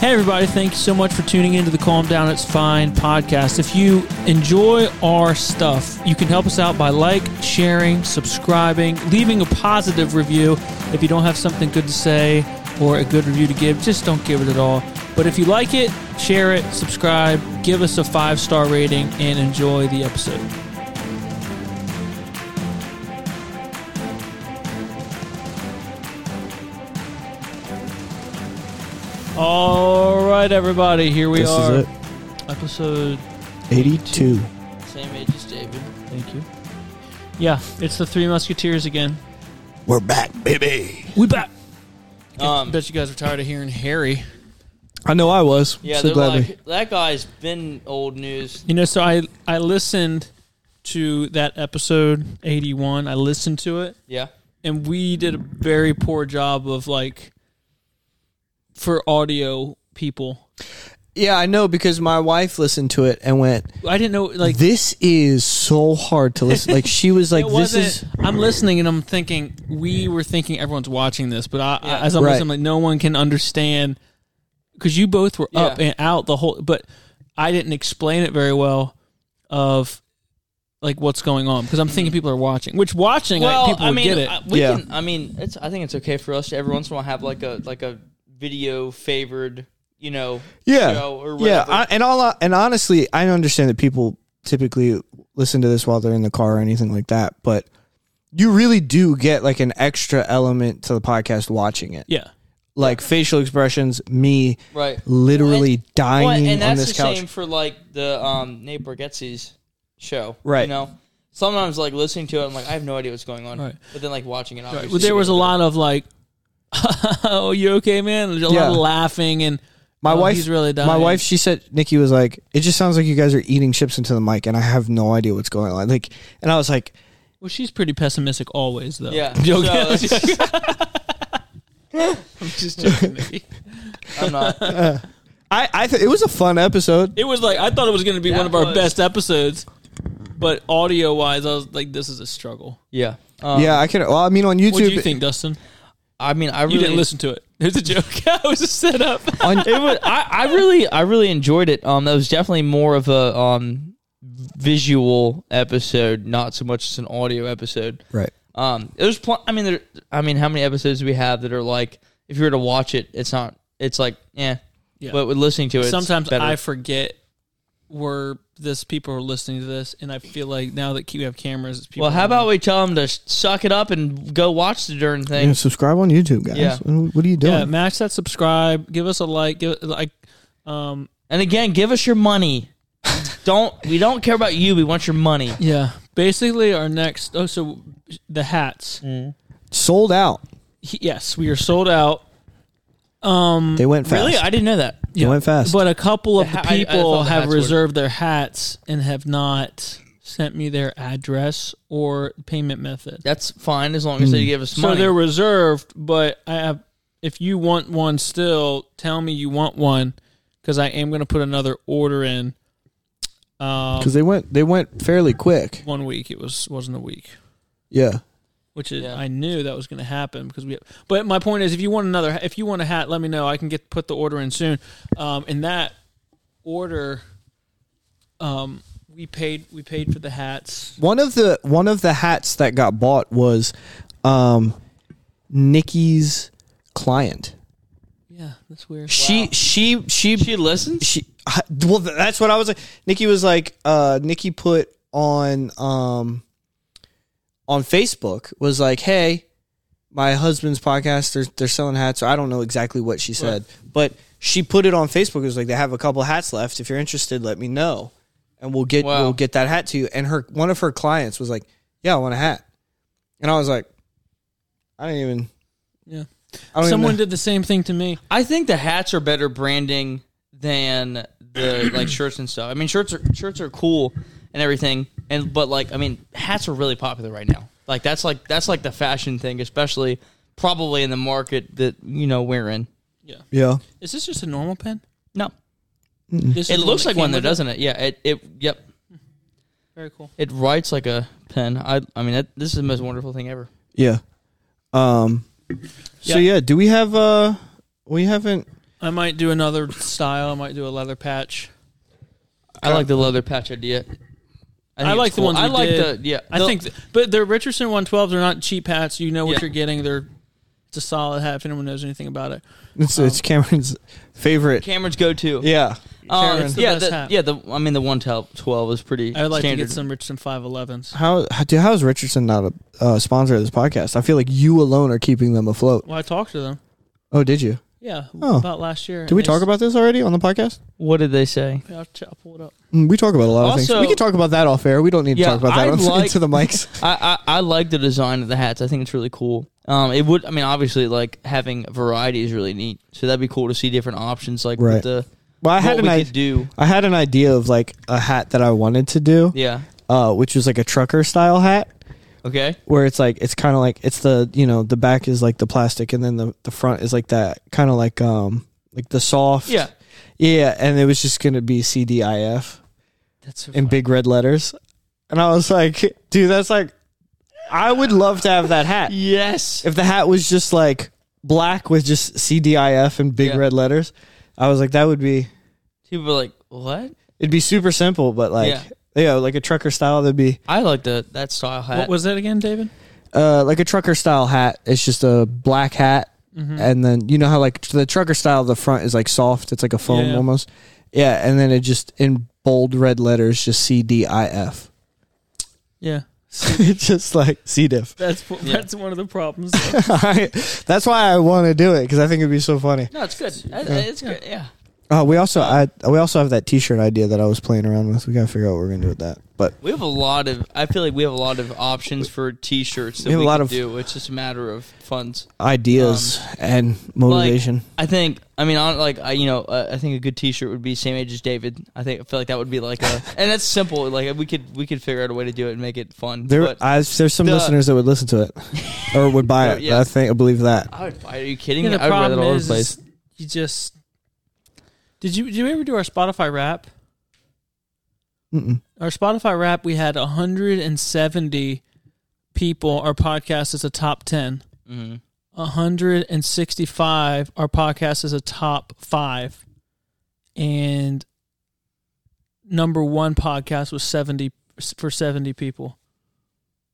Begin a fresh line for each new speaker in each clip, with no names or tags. Hey, everybody, thank you so much for tuning into the Calm Down It's Fine podcast. If you enjoy our stuff, you can help us out by like, sharing, subscribing, leaving a positive review. If you don't have something good to say or a good review to give, just don't give it at all. But if you like it, share it, subscribe, give us a five star rating, and enjoy the episode. All right, everybody, here we
this
are.
is it.
Episode
82.
same age as David. Thank you. Yeah, it's the Three Musketeers again.
We're back, baby.
We back.
Um,
bet you guys are tired of hearing Harry.
I know I was.
Yeah,
so
they're
glad
like
we-
that guy's been old news.
You know, so I I listened to that episode eighty one. I listened to it,
Yeah,
and we did a very poor job of like for audio people.
Yeah, I know because my wife listened to it and went,
I didn't know like
"This is so hard to listen." like she was like,
it
"This
wasn't.
is."
I'm listening and I'm thinking we were thinking everyone's watching this, but I,
Yeah.
I, as I'm
Right.
listening, I'm like no one can understand because you both were up
Yeah.
and out the whole. But I didn't explain it very well of like what's going on because I'm thinking people are watching, which watching like,
Mm-hmm. well,
people
I
would
mean,
get it.
I, we
Yeah.
can. I mean, it's. I think it's okay for us to every once in a while have like a like a video favored, you know,
Yeah,
show or
yeah,
whatever.
I, and all I- and honestly, I understand that people typically listen to this while they're in the car or anything like that, but you really do get like an extra element to the podcast watching it,
yeah,
like facial expressions, me
right.
literally dying
Well, and that's
on this
the
couch.
same for like the um, Nate Bargatze's show,
Right.
You know, sometimes like listening to it, I'm like, I have no idea what's going on,
Right.
but then like watching it, obviously,
Well, there was a lot of like, "Oh, you okay, man?" There's a lot
Yeah.
of laughing and
My
oh,
wife
he's really dying.
My wife, she said, Nikki was like, it just sounds like you guys are eating chips into the mic, and I have no idea what's going on. Like, and I was like,
Well, she's pretty pessimistic always, though.
Yeah,
Joking.
so it's just-
I'm just joking. Mickey.
I'm not.
I, I, th- it was a fun episode.
It was like I thought it was going to be
That
one of our
was-
best episodes, but audio wise, I was like, "This is a struggle."
Yeah, um,
yeah, I can. Well, I mean,
What
on
do
YouTube,
you think, Dustin?
I mean, I
You
really
didn't listen to it. It was a joke. it was a setup.
on,
it was, I, I really I really enjoyed it. Um, that was definitely more of a um visual episode, not so much as an audio episode.
right?
Um, there's pl- I mean there I mean how many episodes do we have that are like if you were to watch it, it's not it's like eh.
Yeah.
But with listening to it, it's
Sometimes
better.
I forget where this people are listening to this, and I feel like now that we have cameras, it's people.
well, how about we tell them to sh- suck it up and go watch the darn
You know,
thing?
subscribe on YouTube, guys.
Yeah.
What what are you doing?
yeah, match that subscribe, give us a like, give like, um,
And again, give us your money. don't we don't care about you. We want your money.
yeah. Basically, our next. Oh, so the hats.
Sold out.
He- yes, we are sold out. Um,
They went fast.
Really, I didn't know that.
They went fast.
But a couple of
The
the
ha- I- I
people
thought the
have
hats were-
reserved their hats and have not sent me their address or payment method.
That's fine as long as they give us
So
money.
they're reserved, but I have. If you want one still, tell me you want one because I am going to put another order in. Um,
because they went, they went fairly quick.
one week it was wasn't a week,
Yeah,
which is
Yeah.
I knew that was going to happen because we. But my point is, if you want another, if you want a hat, let me know. I can get put the order in soon. Um, and that order, um, we paid we paid for the hats.
one of the one of the hats that got bought was, um, Nikki's client.
Yeah, that's weird.
She, she, she,
she listens.
she I- well th- that's what i was like nikki was like uh nikki put on um on facebook was like hey my husband's podcast they're, they're selling hats i don't know exactly what she said but she put it on facebook it was like they have a couple hats left if you're interested let me know and we'll get
Wow.
we'll get that hat to you and her one of her clients was like yeah i want a hat and i was like i didn't even
Yeah.
I don't
Someone
even know.
did the same thing to me.
I think the hats are better branding than the like shirts and stuff. I mean, shirts are shirts are cool and everything, and but like I mean, hats are really popular right now. Like that's like that's like the fashion thing, especially probably in the market that you know we're in.
yeah
Is this just a normal pen?
No,
Mm-hmm.
This
it
is the
looks like
came
one though,
with it?
doesn't it? Yeah, it it yep,
Very cool.
it writes like a pen. I I mean, that, this is the most wonderful thing ever.
Yeah. Um. So yeah. do we have uh? We haven't.
I I might do another style. I might do a leather patch.
I like the leather patch idea. think
I,
it's
like the
cool.
ones
I
we
like
did.
the yeah.
I
the-
think, th- but the Richardson 112s are not cheap hats. You know what
Yeah.
you're getting. They're it's a solid hat. If anyone knows anything about it,
It's,
Um,
it's Cameron's favorite.
Cameron's go to.
yeah.
Um,
Cameron's the
yeah,
best
the,
hat.
yeah. The I mean, the one twelve is pretty.
I would like
standard.
to get some Richardson 511s.
How, how dude, how is Richardson not a uh, sponsor of this podcast? I feel like you alone are keeping them afloat.
Well, I talked to them.
Oh, did you?
Yeah,
Oh.
about last year.
Did we
They
talk
s-
about this already on the podcast?
What did they say?
Yeah, I'll, ch- I'll pull it up.
Mm, We talk about a lot of things.
Also-
We can talk about that off air. We don't need to
Yeah,
talk about that
I
on,
like-
into the mics.
I, I I like the design of the hats. I think it's really cool. Um, it would. I mean, obviously, like having variety is really neat. So that'd be cool to see different options. Like
Right.
with the
Well, I had an
what we
idea.
could do.
I had an idea of like a hat that I wanted to do,
Yeah.
uh, which was like a trucker style hat,
Okay.
where it's like it's kind of like it's the you know the back is like the plastic, and then the the front is like that kind of like um like the soft
Yeah.
yeah, and it was just gonna be CDIF
That's so
in
funny.
big red letters, and I was like, dude, that's like I would love to have that hat
Yes.
if the hat was just like black with just CDIF in big
Yeah.
red letters. I was like, that would be
People are like, what?
it'd be super simple, but like
Yeah.
yeah, like a trucker style that'd be.
I like the that style hat.
What was that again, David?
uh, like a trucker style hat. It's just a black hat,
Mm-hmm.
and then you know how like the trucker style, the front is like soft. It's like a foam
Yeah.
almost. Yeah, and then it just in bold red letters, just C D I F.
Yeah,
It's just like C diff.
that's what-
Yeah.
that's one of the problems.
That's why I want to do it because I think it'd be so funny.
no, it's good. I- It's good. Yeah.
Uh, we also I we also have that T-shirt idea that I was playing around with. We gotta figure out what we're gonna do with that. But
We have a lot of. I feel like we have a lot of options for T-shirts that
We have
we,
a lot
can
of-
do. It's just a matter of funds.
ideas and motivation.
I think. I mean, on like I, you know, uh, I think a good T-shirt would be same age as David. I think I feel like that would be like a, and that's simple. Like we could we could figure out a way to do it and make it fun.
there,
but
I, there's some
the-
listeners that would listen to it or would buy it.
Yeah.
I think I believe that.
I would. Are you kidding
yeah,
me?
the
I would wear that
problem
all over
is,
the place.
is you just did you did you ever do our Spotify rap?
Mm-mm.
Our Spotify rap, we had 170 people. Our podcast is a top 10.
hmm
165. Our podcast is a top five. And number one podcast was 70 for 70 people.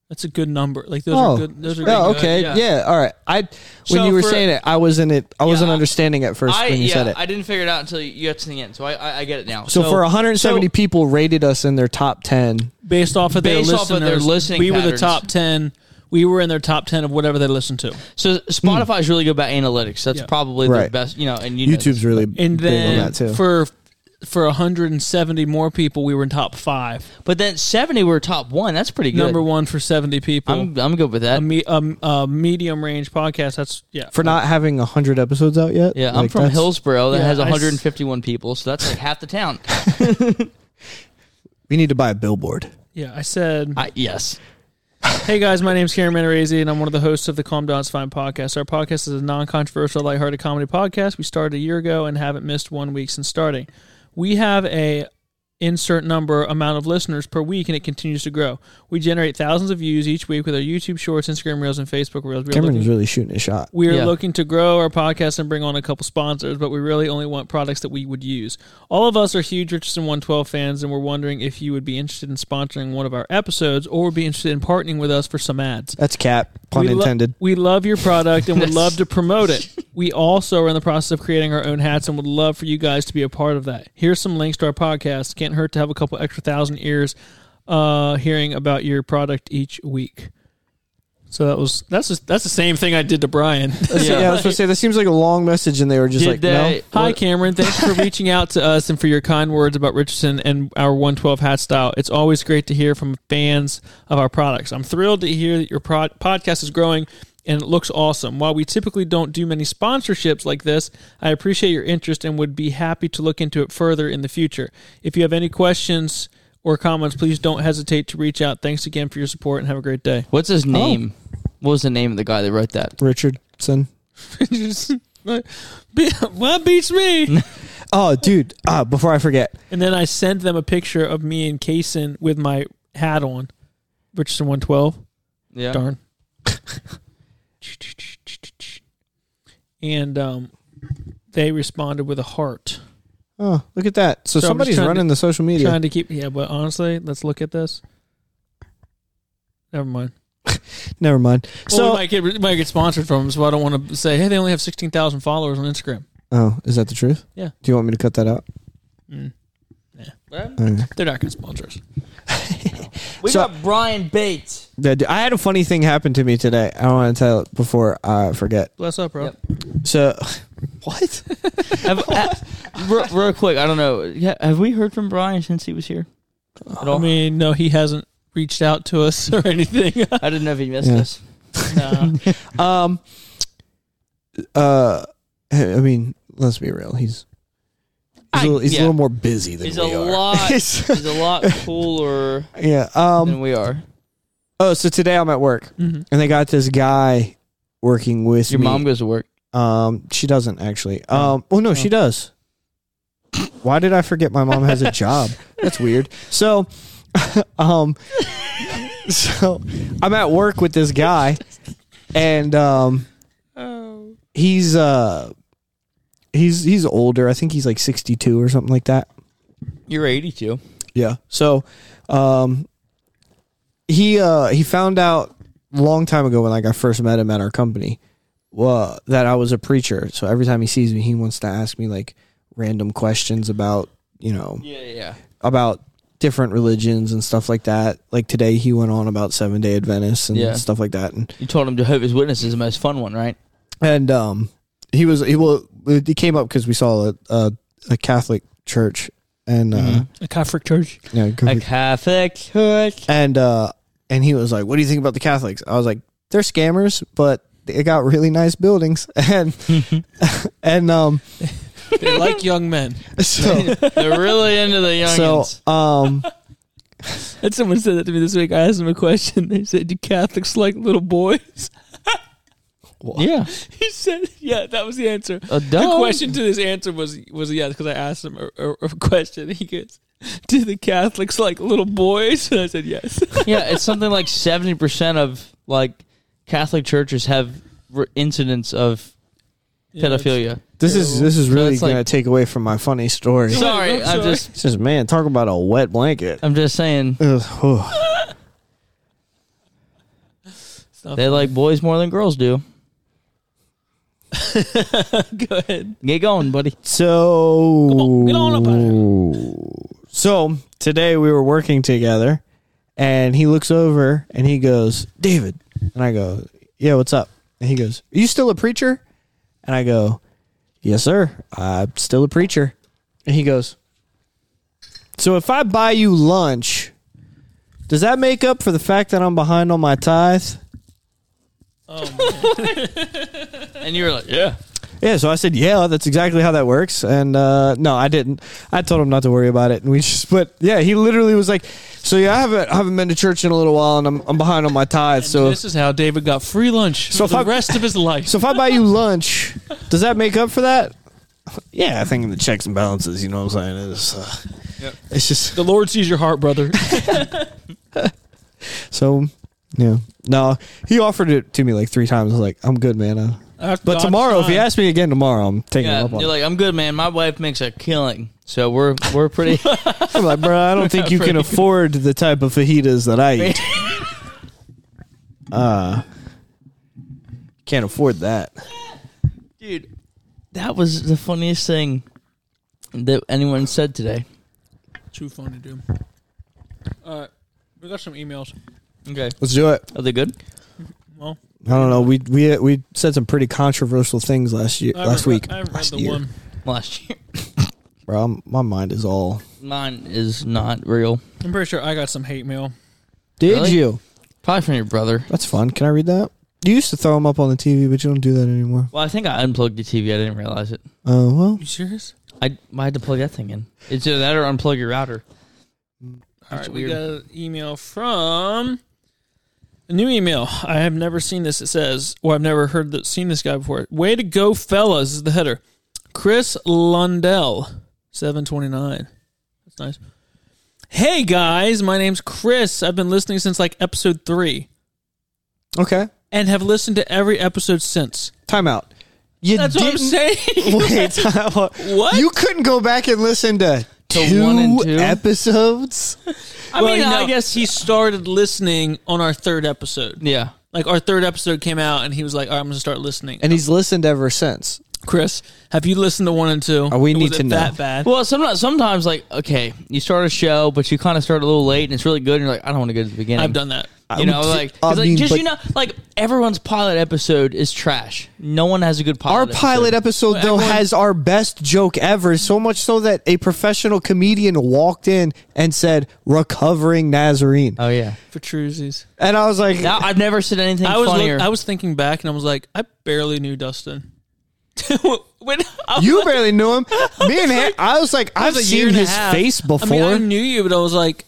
That's a good number. Like those
Oh.
are good. Those are
Oh,
good.
okay.
yeah.
yeah. All right. I when
So
you were
for-
saying it, I wasn't it. I wasn't
I-
understanding at first
I
when you
yeah,
said it.
I didn't figure it out until you got to the end. So I I, I get it now.
so, for 170 people rated us in their top 10.
Based off of
Based
their
off
listeners,
of their listening
we were the
patterns.
top 10. We were in their top 10 of whatever they listened to.
So Spotify is really good about analytics. That's
Yeah.
probably the
Right.
best, you know. And you know this.
YouTube's really
And
big on
then
that too.
for for 170 more people, we were in top five.
But then seventy were top one. That's pretty good.
Number one for 70 people.
I'm I'm good with
a,
that.
me, um, a medium range podcast. That's yeah.
for not having 100 episodes out yet.
Yeah, I'm
Like,
from
that's-
Hillsboro that
Yeah,
has
I s-
151 people, so that's like half the town.
We need to buy a billboard.
yeah. I said,
I, yes,
hey guys, my name's Karen Manarese, and I'm one of the hosts of the Calm Down It's Fine podcast. Our podcast is a non-controversial, lighthearted comedy podcast. We started a year ago and haven't missed one week since starting. We have a insert number amount of listeners per week, and it continues to grow. We generate thousands of views each week with our YouTube Shorts, Instagram Reels, and Facebook Reels. We are
Cameron's
looking-
really shooting a shot.
We are
Yeah.
looking to grow our podcast and bring on a couple sponsors, but we really only want products that we would use. All of us are huge Richardson 112 fans, and we're wondering if you would be interested in sponsoring one of our episodes or would be interested in partnering with us for some ads.
That's cap. Pun
we lo-
intended.
we love your product and would
That's-
love to promote it. We also are in the process of creating our own hats and would love for you guys to be a part of that. Here's some links to our podcast. Can't hurt to have a couple extra thousand ears uh, hearing about your product each week. So that was that's just, that's the same thing I did to Brian.
yeah. I was supposed to say, that seems like a long message, and they were just
Did
like,
they-
Hi,
What-
Cameron. Thanks for reaching out to us and for your kind words about Richardson and our 112 hat style. It's always great to hear from fans of our products. I'm thrilled to hear that your pro- podcast is growing and it looks awesome. While we typically don't do many sponsorships like this, I appreciate your interest and would be happy to look into it further in the future. If you have any questions or comments, please don't hesitate to reach out. Thanks again for your support and have a great day.
what's his name? What was the name of the guy that wrote that?
no. Richardson.
what beats me?
Oh, dude. Uh, before I forget,
And then I sent them a picture of me and Kaysen with my hat on. Richardson 112.
Yeah,
Darn. and um, They responded with a heart,
Oh, look at that.
So
So,
I'm just
somebody's
trying to-
running the social media.
trying to keep. Yeah, but honestly, let's look at this. Never mind.
Never mind.
so
so,
we might get we might get sponsored from them, so I don't want to say, hey, they only have sixteen thousand followers on Instagram.
oh, is that the truth?
Yeah.
Do you want me to cut that out?
Mm.
Well,
Okay.
They're not going to sponsor us.
we
So-
got Brian Bates.
That- I had a funny thing happen to me today. I want to tell it before I forget.
Bless up, bro.
Yep.
So, what?
Have- uh, real, real quick, I don't know. Yeah, have we heard from Brian since he was here? At
I
all?
mean, no, he hasn't reached out to us or anything.
I didn't know if he missed
Yeah.
us.
no.
Um. Uh, I mean, let's be real. He's he's,
I-
a little, he's
yeah.
a little more busy than
He's
we
a
are.
lot-
He's-
He's a lot cooler
yeah.
than
Um.
we are.
Oh, so today I'm at work,
Mhm.
and they got this guy working with
Your
me.
mom goes to work.
Um. She doesn't actually. Um. Well, no, she does. Why did I forget my mom has a job? That's weird. So, um, so I'm at work with this guy, and um,
Oh.
he's uh he's he's older. I think he's like 62 or something like that.
You're 82.
Yeah. So um he uh he found out a long time ago when like I first met him at our company uh, that I was a preacher. So every time he sees me he wants to ask me like random questions about, you know,
Yeah, yeah.
about different religions and stuff like that. Like today he went on about Seven-day Adventists and
Yeah.
stuff like that and
You told him Jehovah's Witness is the most fun one, right?
and um, he was he well he came up because we saw a, a a Catholic church and uh,
A Catholic church.
yeah,
A Mm-hmm. Catholic church.
and uh, and he was like, "What do you think about the Catholics?" I was like, "They're scammers, but they got really nice buildings and and um
They like young men.
so
They're really into the
so
youngins.
um
And someone said that to me this week. I asked them a question. They said, "Do Catholics like little boys?"
yeah.
He said, "Yeah, that was the answer."
A
The question to this answer was was yes because I asked him a, a, a question. He goes, "Do the Catholics like little boys?" And I said, "Yes."
yeah, it's something like 70% of like Catholic churches have r incidents of pedophilia.
this is this is really
that's like-
gonna take away from my funny story.
So-
sorry,
I'm
I'm
sorry.
just
It's just man, talk about a wet blanket.
I'm just saying
Ugh, oh.
It's not
they like boys more than girls do.
funny. Go ahead.
Get going, buddy.
So
Come on, get on up out
So today we were working together, and he looks over and he goes, "David," and I go, "Yeah, what's up?" And he goes, "Are you still a preacher?" And I go, "Yes, sir. I'm still a preacher." And he goes, "So if I buy you lunch, does that make up for the fact that I'm behind on my tithe?"
And you were like, yeah.
Yeah, so I said, yeah, that's exactly how that works. And uh, no, I didn't. I told him not to worry about it, and we just. But yeah, he literally was like, "So yeah, I haven't I haven't been to church in a little while, and I'm I'm behind on my tithes. So if,
this is how David got free lunch
So
for
if
the
I-
rest of his life.
so if I buy you lunch, does that make up for that? Yeah, I think in the checks and balances, you know what I'm saying. It's, uh, it's just
the Lord sees your heart, brother.
so yeah. No, he offered it to me like three times. I was like, I'm good, man. Uh, but tomorrow, if he asks me again tomorrow, I'm taking
Yeah,
him up on
you're
it.
like, I'm good, man. My wife makes a killing. So we're we're pretty
I'm like, bro, I don't think you can afford the type of fajitas that I eat. Uh, can't afford that.
Dude, that was the funniest thing that anyone said today.
too funny, dude. All right, we got some emails.
Okay.
Let's do it.
Are they good?
Well,
I don't know. We we we said some pretty controversial things last year,
I
last
haven't re-
week,
I haven't
last
read the
year.
one.
Last year.
Bro, I'm- my mind is all.
Mine is not real.
I'm pretty sure I got some hate mail.
Did
Really?
you?
Probably from your brother.
That's fun. Can I read that? You used to throw them up on the TV, but you don't do that anymore.
Well, I think I unplugged the TV. I didn't realize it.
Oh well.
You serious?
I, I had to plug that thing in. It's either that or unplug your router.
All
That's
right, we
weird.
got an email from a new email. I have never seen this. It says, "Well, I've never heard that, seen this guy before." Way to go, fellas! Is the header? Chris Lundell, seven twenty nine. That's nice. Hey guys, my name's Chris. I've been listening since like episode three,
Okay.
and have listened to every episode since.
Timeout. You
That's what I'm
didn't.
saying.
Wait,
What?
You couldn't go back and listen to, two,
one and two?
episodes.
I
Well,
mean,
you know-
I guess he started listening on our third episode.
yeah.
Like our third episode came out, and he was like, "All right, I'm gonna start listening."
And he's listened ever since.
Chris, have you listened to one and two?
Oh, we
Was
need
it
to know.
that bad.
Well, sometimes, sometimes like okay, you start a show, but you kind of start a little late, and it's really good. and You're like, I don't want to go to the beginning.
I've done that.
I
You know,
would-
like,
I
'cause, like,
mean,
just
but-
you know, like everyone's pilot episode is trash. No one has a good pilot.
Our pilot episode, though,
everyone-
has our best joke ever. So much so that a professional comedian walked in and said, "Recovering Nazarene,"
Oh yeah.
for truesies.
and I was like,
Now I've never said anything
I was look-
funnier.
I was thinking back, and I was like, I barely knew Dustin. when I was
"You barely knew him." Me and him, I was like, "I've
a year
seen
and a
his
half.
face
I
before."
mean, I knew you, but I was like,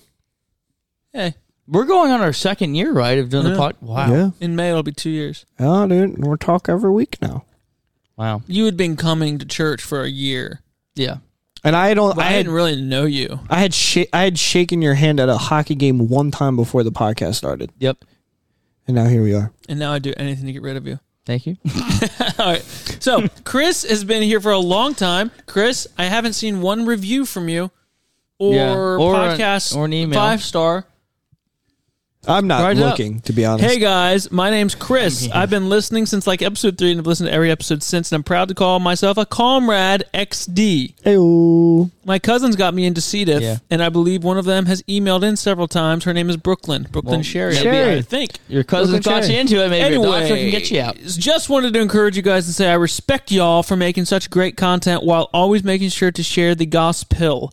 hey,
We're going on our second year, right, of doing
Yeah.
the pod. Wow.
yeah,
in May it'll be two years.
oh, dude, we're talk every week now.
Wow.
You had been coming to church for a year.
Yeah.
And I don't,
But
I
I,
had,
didn't really know you.
I had, sh- I had shaken your hand at a hockey game one time before the podcast started,
Yep.
and now here we are.
And now I do anything to get rid of you.
Thank you.
All right. So Chris has been here for a long time. Chris, I haven't seen one review from you or,
Yeah, or an-
podcast
or an email.
five star.
I'm not
Right up.
looking, to be honest.
Hey guys, my name's Chris. I've been listening since like episode three and I've listened to every episode since, and I'm proud to call myself a comrade XD.
Hey-o.
My cousins got me into CDF,
Yeah.
and I believe one of them has emailed in several times. Her name is Brooklyn. Brooklyn
Well,
Sherry,
Sherry.
I think.
Your cousin
Brooklyn
got
Cherry.
you into it. Maybe
Anyway,
a doctor can get you out.
Just wanted to encourage you guys and say I respect y'all for making such great content while always making sure to share the gospel.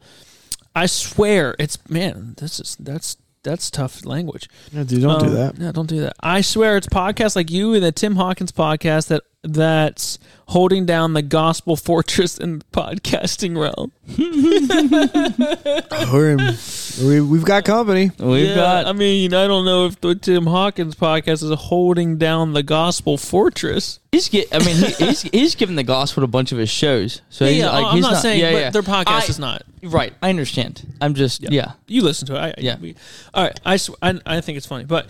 I swear, it's man, this is that's that's tough language.
No, dude, don't do
Um,
that.
No, don't do that. I swear, it's podcasts like you and the Tim Hawkins podcast that that's holding down the gospel fortress in the podcasting realm.
We're in- we, we've got company.
We've
Yeah,
got.
I mean, I don't know if the Tim Hawkins podcast is holding down the gospel fortress.
He's get. I mean, he, he's he's given the gospel to a bunch of his shows. So he's
yeah,
like,
I'm
he's
not, saying,
yeah,
but
yeah.
their podcast
I-
is not.
Right. I understand. I'm just. Yeah.
You listen to it. I, I-
Yeah.
we- all right. I, sw- I I think it's funny, but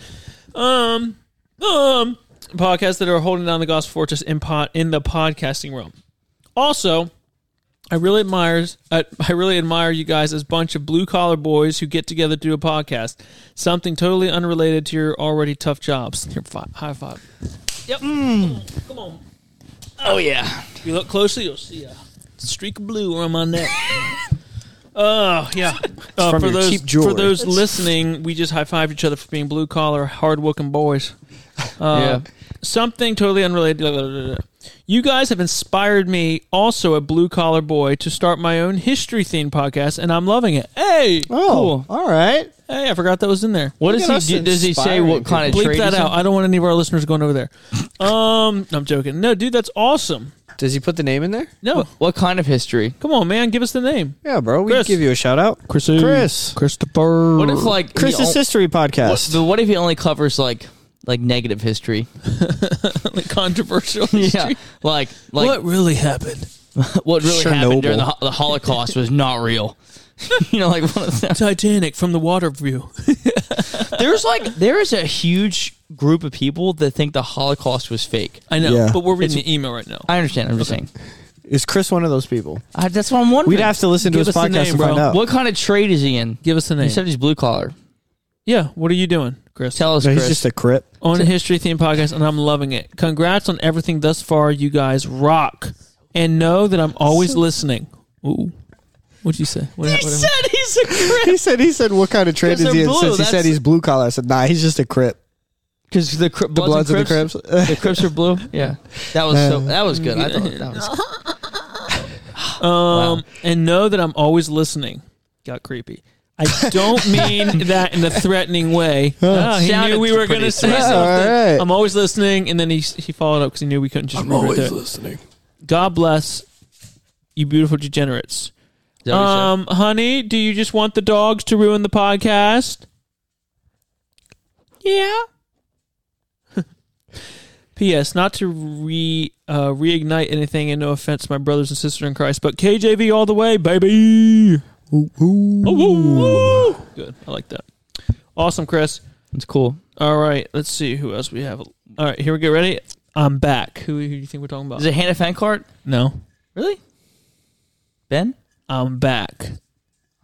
um um podcasts that are holding down the gospel fortress in pot in the podcasting realm. Also, I really admires I, I really admire you guys as a bunch of blue collar boys who get together to do a podcast, something totally unrelated to your already tough jobs. Your fi- high five. Yep. Come on.
Oh yeah.
If you look closely, you'll see a streak of blue on my neck. Oh yeah! Uh,
from
for
your
those
cheap
for
jewelry.
those listening, we just high fived each other for being blue collar, hard working boys. Uh,
yeah.
Something totally unrelated. blah, blah, blah, blah. You guys have inspired me, also a blue collar boy, to start my own history themed podcast, and I'm loving it. Hey,
Oh, all right.
hey! I forgot that was in there.
What
Look
does
at
he
us
do? Does he say
inspiring
what kind of
Bleep
trade
that
he's in?
out. I don't want any of our listeners going over there. Um, no, I'm joking. No, dude, that's awesome.
Does he put the name in there?
No,
What kind of history?
come on, man, give us the name.
Yeah, bro. We
Chris.
give you a shout out.
Chris.
Chris.
Christopher.
What if like
Chris's
he on-
History
what,
Podcast.
but what if he only covers like like negative history?
like controversial?
yeah, like like
what really happened?
what, really happened during the,
Chernobyl.
ho- the Holocaust was not real. you know, like one of the,
Titanic from the water view.
there's like there is a huge group of people that think the Holocaust was fake.
I know,
Yeah.
but we're reading the email right now.
I understand. I'm just saying.
Is Chris one of those people?
I, that's what I'm wondering.
We'd have to listen to
Give
his
us the
podcast
name,
to
bro.
find out.
What kind of trade is he in?
Give us the name.
He said he's blue collar.
yeah, what are you doing, Chris?
Tell us,
No, he's
Chris.
just a crip.
on a history theme podcast, and I'm loving it. Congrats on everything thus far. You guys rock, and know that I'm always listening. Ooh, what'd you say? What, what-
he's a
He said, he said, what kind of trade
Because
is he
they're
in?
blue,
Since he
that's-
said he's blue collar, I said, nah, he's just a crip.
because the, cri-
The Bloods
Bloods
and
and Crips.
the Crips.
The Crips are blue. Yeah, that was so. That was good. I thought that was.
um,
Wow.
and know that I'm always listening. Got creepy. I don't mean that in a threatening way. Ah, he
Sounded
knew we were
pretty
going to say
threatening.
something.
All right.
I'm always listening, and then he he followed up because he knew we couldn't just. remember to do it.
listening.
God bless you, beautiful degenerates.
Is that what he said?
Um, honey, do you just want the dogs to ruin the podcast? Yeah. P.S. Not to re uh, reignite anything, and no offense, my brothers and sisters in Christ, but KJV all the way, baby. Ooh. Good, I like that. Awesome, Chris.
It's cool.
All right, let's see who else we have. All right, here we go. Ready? I'm back. Who, who do you think we're talking about?
Is it Hannah Fancart?
no,
Really? Ben?
I'm back.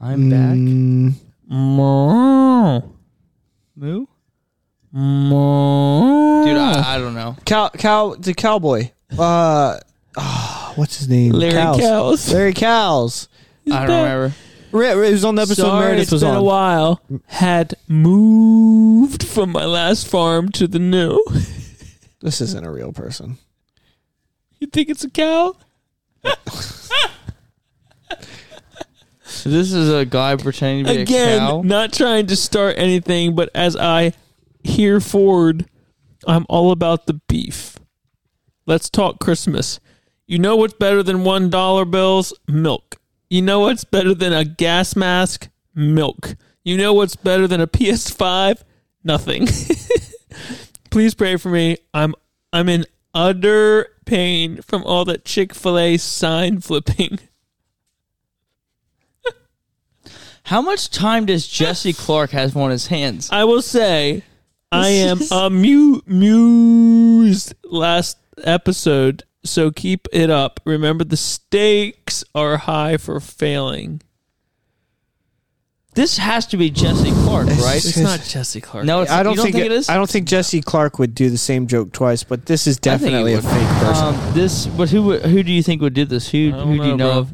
I'm back.
Mm,
Mo-
Moo? Ah.
mo-
Dude, I, I don't know.
cow, cow, the cowboy. Uh, ah, what's his name?
Larry
Cows.
Cows.
Larry Cows.
I
back.
don't remember.
Re- re- It was on the episode
Sorry,
Meredith
it's
was
been
on.
a while. Had moved from my last farm to the new.
This isn't a real person.
You think it's a cow?
So this is a guy pretending to be
Again,
a cow.
not trying to start anything, but as I hear forward, I'm all about the beef. Let's talk Christmas. You know what's better than one dollar bills? Milk. You know what's better than a gas mask? Milk. You know what's better than a PS5? Nothing. Please pray for me. I'm I'm in utter pain from all that Chick-fil-A sign flipping.
How much time does Jesse Clark have on his hands?
I will say, I am amused last episode, so keep it up. Remember, the stakes are high for failing.
This has to be Jesse Clark, right?
It's not Jesse Clark.
No, Oh, it's,
I don't,
you don't think, it is.
I don't think Jesse Clark would do the same joke twice, but this is
I think he
definitely a
would.
fake person.
Um, this, but who would- who do you think would do this? Who
I don't
who do you know
bro.
of?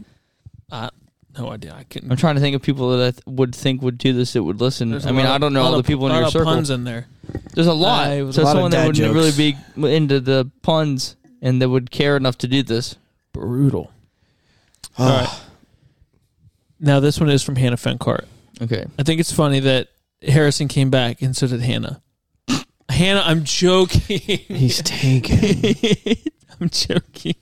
I, no idea. I couldn't.
I'm trying to think of people that I th- would think would do this that would listen.
There's a
I mean,
lot
I
of-
don't know
lot
all the
of-
people in
lot
your
of
circle.
puns in there.
There's a lot.
I
So
was-
A lot of
someone that
dad
would
jokes.
really be into the puns and that would care enough to do this.
Brutal.
Oh,
all right. Now this one is from Hannah Fencart.
Okay.
I think it's funny that Harrison came back, and so did Hannah. Hannah, I'm joking.
He's taken.
I'm joking.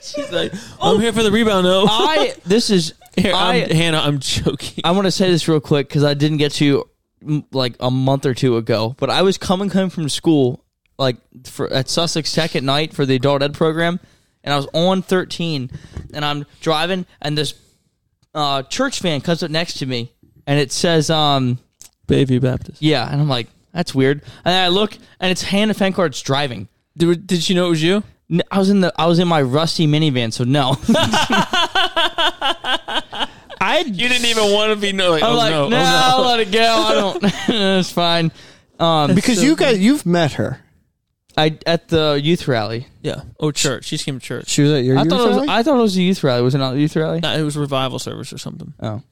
She's like, I'm here for the rebound. No,
I this is
Here, I'm-
I-
Hannah, I'm joking.
I want to say this real quick because I didn't get to mm, like a month or two ago, but I was coming home from school like for, at Sussex Tech at night for the adult ed program, and I was on 13, and I'm driving, and this uh, church van comes up next to me, and it says, um,
Baby Baptist.
"Yeah," and I'm like, "That's weird," and I look, and it's Hannah Fencart's driving.
Did, did she know it was you?
N- I was in the I was in my rusty minivan, so no.
I
You didn't even want to be know. Oh, Like,
I'm like, Oh, no, I'll let it go. I don't. it's fine. Um,
because you guys you've met her.
I at the youth rally.
Yeah. Oh, church. She just came to church.
She was at your.
I thought it was,
rally?
I thought it was a youth rally. Was it not a youth rally?
Nah, it was revival service or something.
Oh,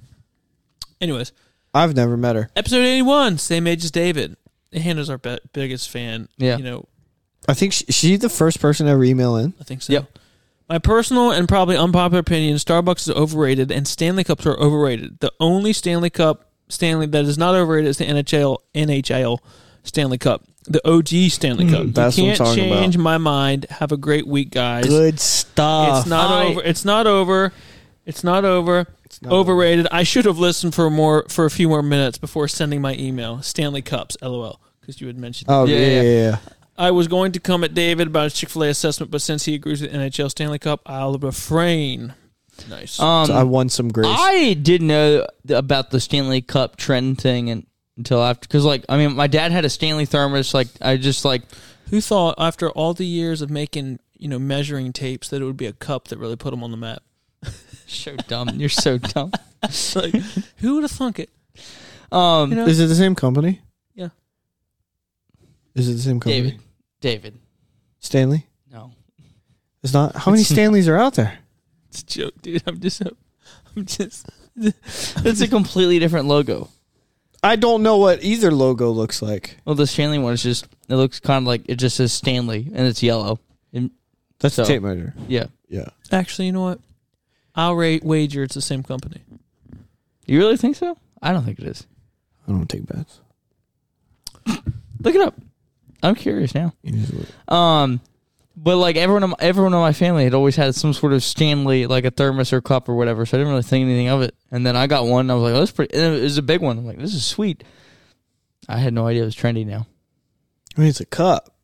Anyways,
I've never met her.
episode 81, same age as David. Hannah's our be- biggest fan.
Yeah.
You know,
I think she, she the first person to ever email in.
I think so.
Yep.
My personal and probably unpopular opinion: Starbucks is overrated, and Stanley Cups are overrated. The only Stanley Cup Stanley that is not overrated is the NHL NHL Stanley Cup, the OG Stanley Cup.
Mm, that's what
you
I'm
can't
talking about.
change my mind. Have a great week, guys.
Good stuff.
It's not
I-
over. It's not over. It's not over.
not
overrated. I should have listened for more for a few more minutes before sending my email. Stanley Cups, LOL, because you had mentioned.
oh
Yeah,
yeah, yeah,
yeah.
yeah.
I was going to come at David about his Chick Fil A assessment, but since he agrees with the NHL Stanley Cup, I'll refrain. Nice.
um,
So I won some grace.
I didn't know th- about the Stanley Cup trend thing and, until after, because like I mean, my dad had a Stanley thermos. Like I just like
Who thought after all the years of making you know measuring tapes that it would be a cup that really put him on the map?
so dumb. You're so dumb.
It's like, who would have thunk it?
Um,
You know,
Is it the same company?
Yeah.
Is it the same company?
David, David,
Stanley.
no.
It's not. How many
It's-
Stanleys are out there?
it's a joke, dude. I'm just, I'm just.
It's a completely different logo.
I don't know what either logo looks like.
Well, the Stanley one is just it looks kind of like it just says Stanley and it's yellow. And
That's
So-
a tape measure.
yeah,
Yeah.
Actually, you know what? I'll rate wager it's the same company.
you really think so? I don't think it is.
I don't take bets.
Look it up. I'm curious now.
You need to look.
Um, but like everyone, in my, everyone in my family had always had some sort of Stanley, like a thermos or cup or whatever. So I didn't really think anything of it. And then I got one. And I was like, oh, that's pretty. And it was a big one. I'm like, this is sweet. I had no idea it was trendy now.
I mean, it's a cup,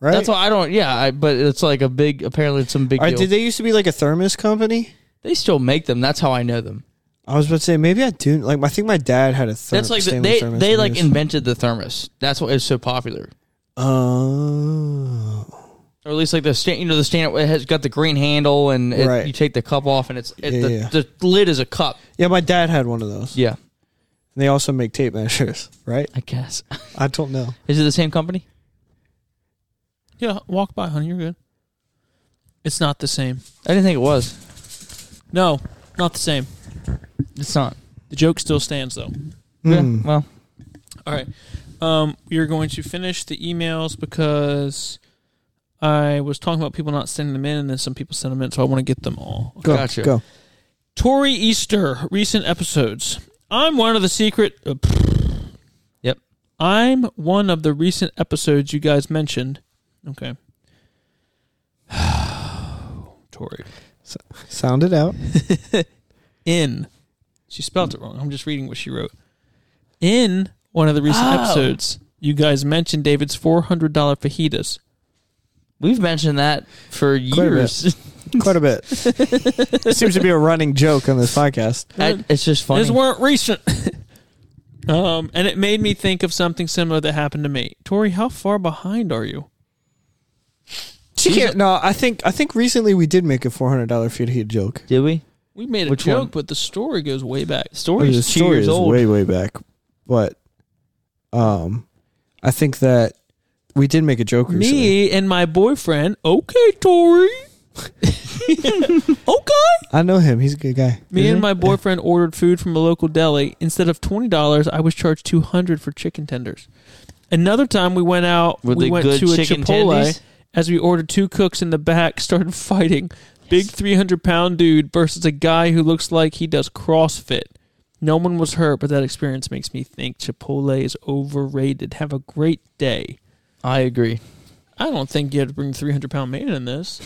right?
That's why I don't. Yeah, I, but it's like a big. Apparently, it's some big.
All right,
deal.
did they used to be like a thermos company?
they still make them. That's how I know them.
I was about to say maybe I do. Like I think my dad had a thermos.
That's like the, they they like invented the thermos. That's why it's so popular.
oh.
Or at least like the stand, you know, the stand it has got the green handle, and it,
Right.
you take the cup off, and it's it,
Yeah,
the,
yeah.
the lid is a cup.
Yeah, my dad had one of those.
Yeah,
And they also make tape measures, right?
I guess.
I don't know.
Is it the same company?
Yeah, walk by, honey. You're good. It's not the same.
I didn't think it was.
No, not the same.
It's not.
The joke still stands, though.
Hmm.
Yeah. Well,
All right. Um, we are going to finish the emails because I was talking about people not sending them in, and then some people sent them in, so I want to get them all.
Go,
Gotcha.
go.
Tori Easter, recent episodes. I'm one of the secret. uh, pfft.
Yep.
I'm one of the recent episodes you guys mentioned. Okay. Tori.
Sound it out.
In. She spelled it wrong. I'm just reading what she wrote. In one of the recent
Oh.
episodes, you guys mentioned David's $400 fajitas.
we've mentioned that for
a bit.
years.
Quite a bit. Seems to be a running joke on this podcast.
I- it's just funny.
These weren't recent. um, and it made me think of something similar that happened to me. Tori, how far behind are you?
She can't. No, I think I think recently we did make a four hundred dollar fajita joke.
Did we?
We made a
Which
joke,
one?
but the story goes way back.
Story's
the
two
story
years
is
old.
way way back, but um, I think that we did make a joke recently.
Me and my boyfriend, okay, Tori. okay.
I know him. He's a good guy.
Me
Is
and
it?
my boyfriend ordered food from a local deli. Instead of twenty dollars, I was charged two hundred for chicken tenders. Another time we went out,
Were
we
they
went
good
to a
chicken
Chipotle.
tendies?
As we ordered, two cooks in the back started fighting. Big three hundred pound dude versus a guy who looks like he does CrossFit. No one was hurt, but that experience makes me think Chipotle is overrated. Have a great day.
I agree.
I don't think you had to bring three hundred pound man in this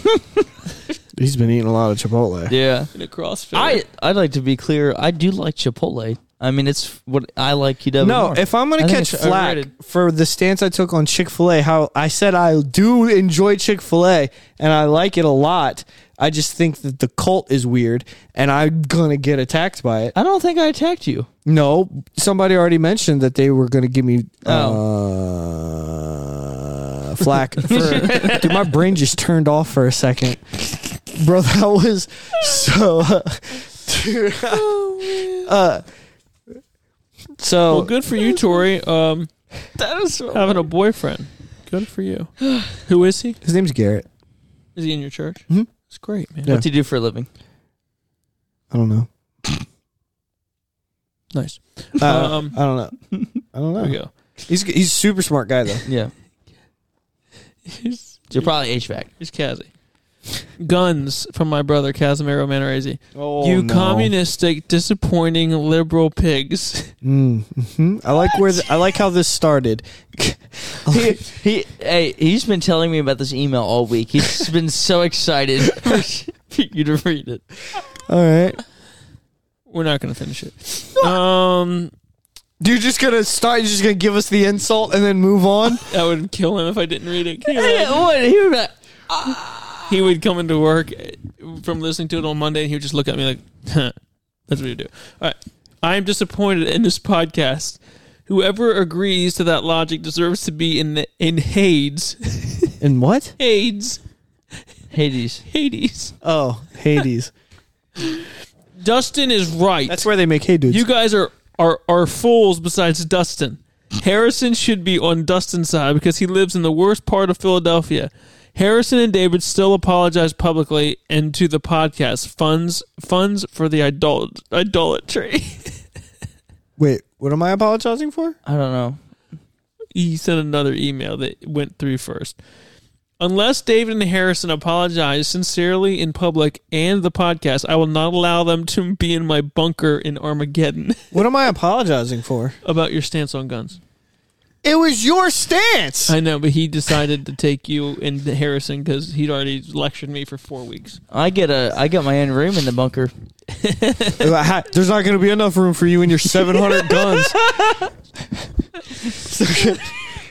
He's been eating a lot of Chipotle.
Yeah.
in a CrossFit.
I I'd like to be clear. I do like Chipotle. I mean, it's what I like QW.
No,
more.
if I'm
I
gonna
think
catch
it's
flack
overrated.
for the stance I took on Chick Fil A, how I said I do enjoy Chick Fil A and I like it a lot. I just think that the cult is weird, and I'm gonna get attacked by it.
I don't think I attacked you.
No, somebody already mentioned that they were gonna give me
Oh.
uh, flack. For, dude, my brain just turned off for a second, bro. That was so. dude, uh, so
Oh, Well, good for you, Tori. Um, that is having a boyfriend. Good for you. Who is he?
his name's Garrett.
Is he in your church?
Mhm.
It's great, man.
Yeah.
What do you do for a living?
I don't know.
Nice.
Uh,
Um,
I don't know. I don't
There we
know.
go.
He's he's a super smart guy though.
Yeah,
He's,
you're probably HVAC.
he's Kazi. Guns from my brother Casimiro Manarese.
Oh,
you communistic, disappointing liberal pigs.
Mm-hmm. I like where the, I like how this started.
he, he, hey, he's been telling me about this email all week. He's been so excited for you to read it.
All right,
We're not going to finish it. Um,
you're just gonna start. You're just gonna give us the insult and then move on.
I would kill him if I didn't read it. Can you imagine?
Yeah, what? He was like,
he would come into work from listening to it on Monday, and he would just look at me like, huh, "That's what you do." All right, I am disappointed in this podcast. Whoever agrees to that logic deserves to be in the, in Hades,
And what?
Hades,
Hades.
Hades.
Oh, Hades.
Dustin is right.
That's where they make hey dudes.
you guys are are are fools. Besides Dustin, Harrison should be on Dustin's side because he lives in the worst part of Philadelphia. Harrison and David still apologize publicly and to the podcast funds funds for the idol- idolatry.
Wait, what am I apologizing for?
I don't know.
he sent another email that went through first. Unless David and Harrison apologize sincerely in public and the podcast, I will not allow them to be in my bunker in Armageddon
What am I apologizing for?
about your stance on guns.
It was your stance.
I know, but he decided to take you and Harrison because he'd already lectured me for four weeks.
I get a, I get my own room in the bunker.
There's not gonna be enough room for you and your 700 guns.
Oh,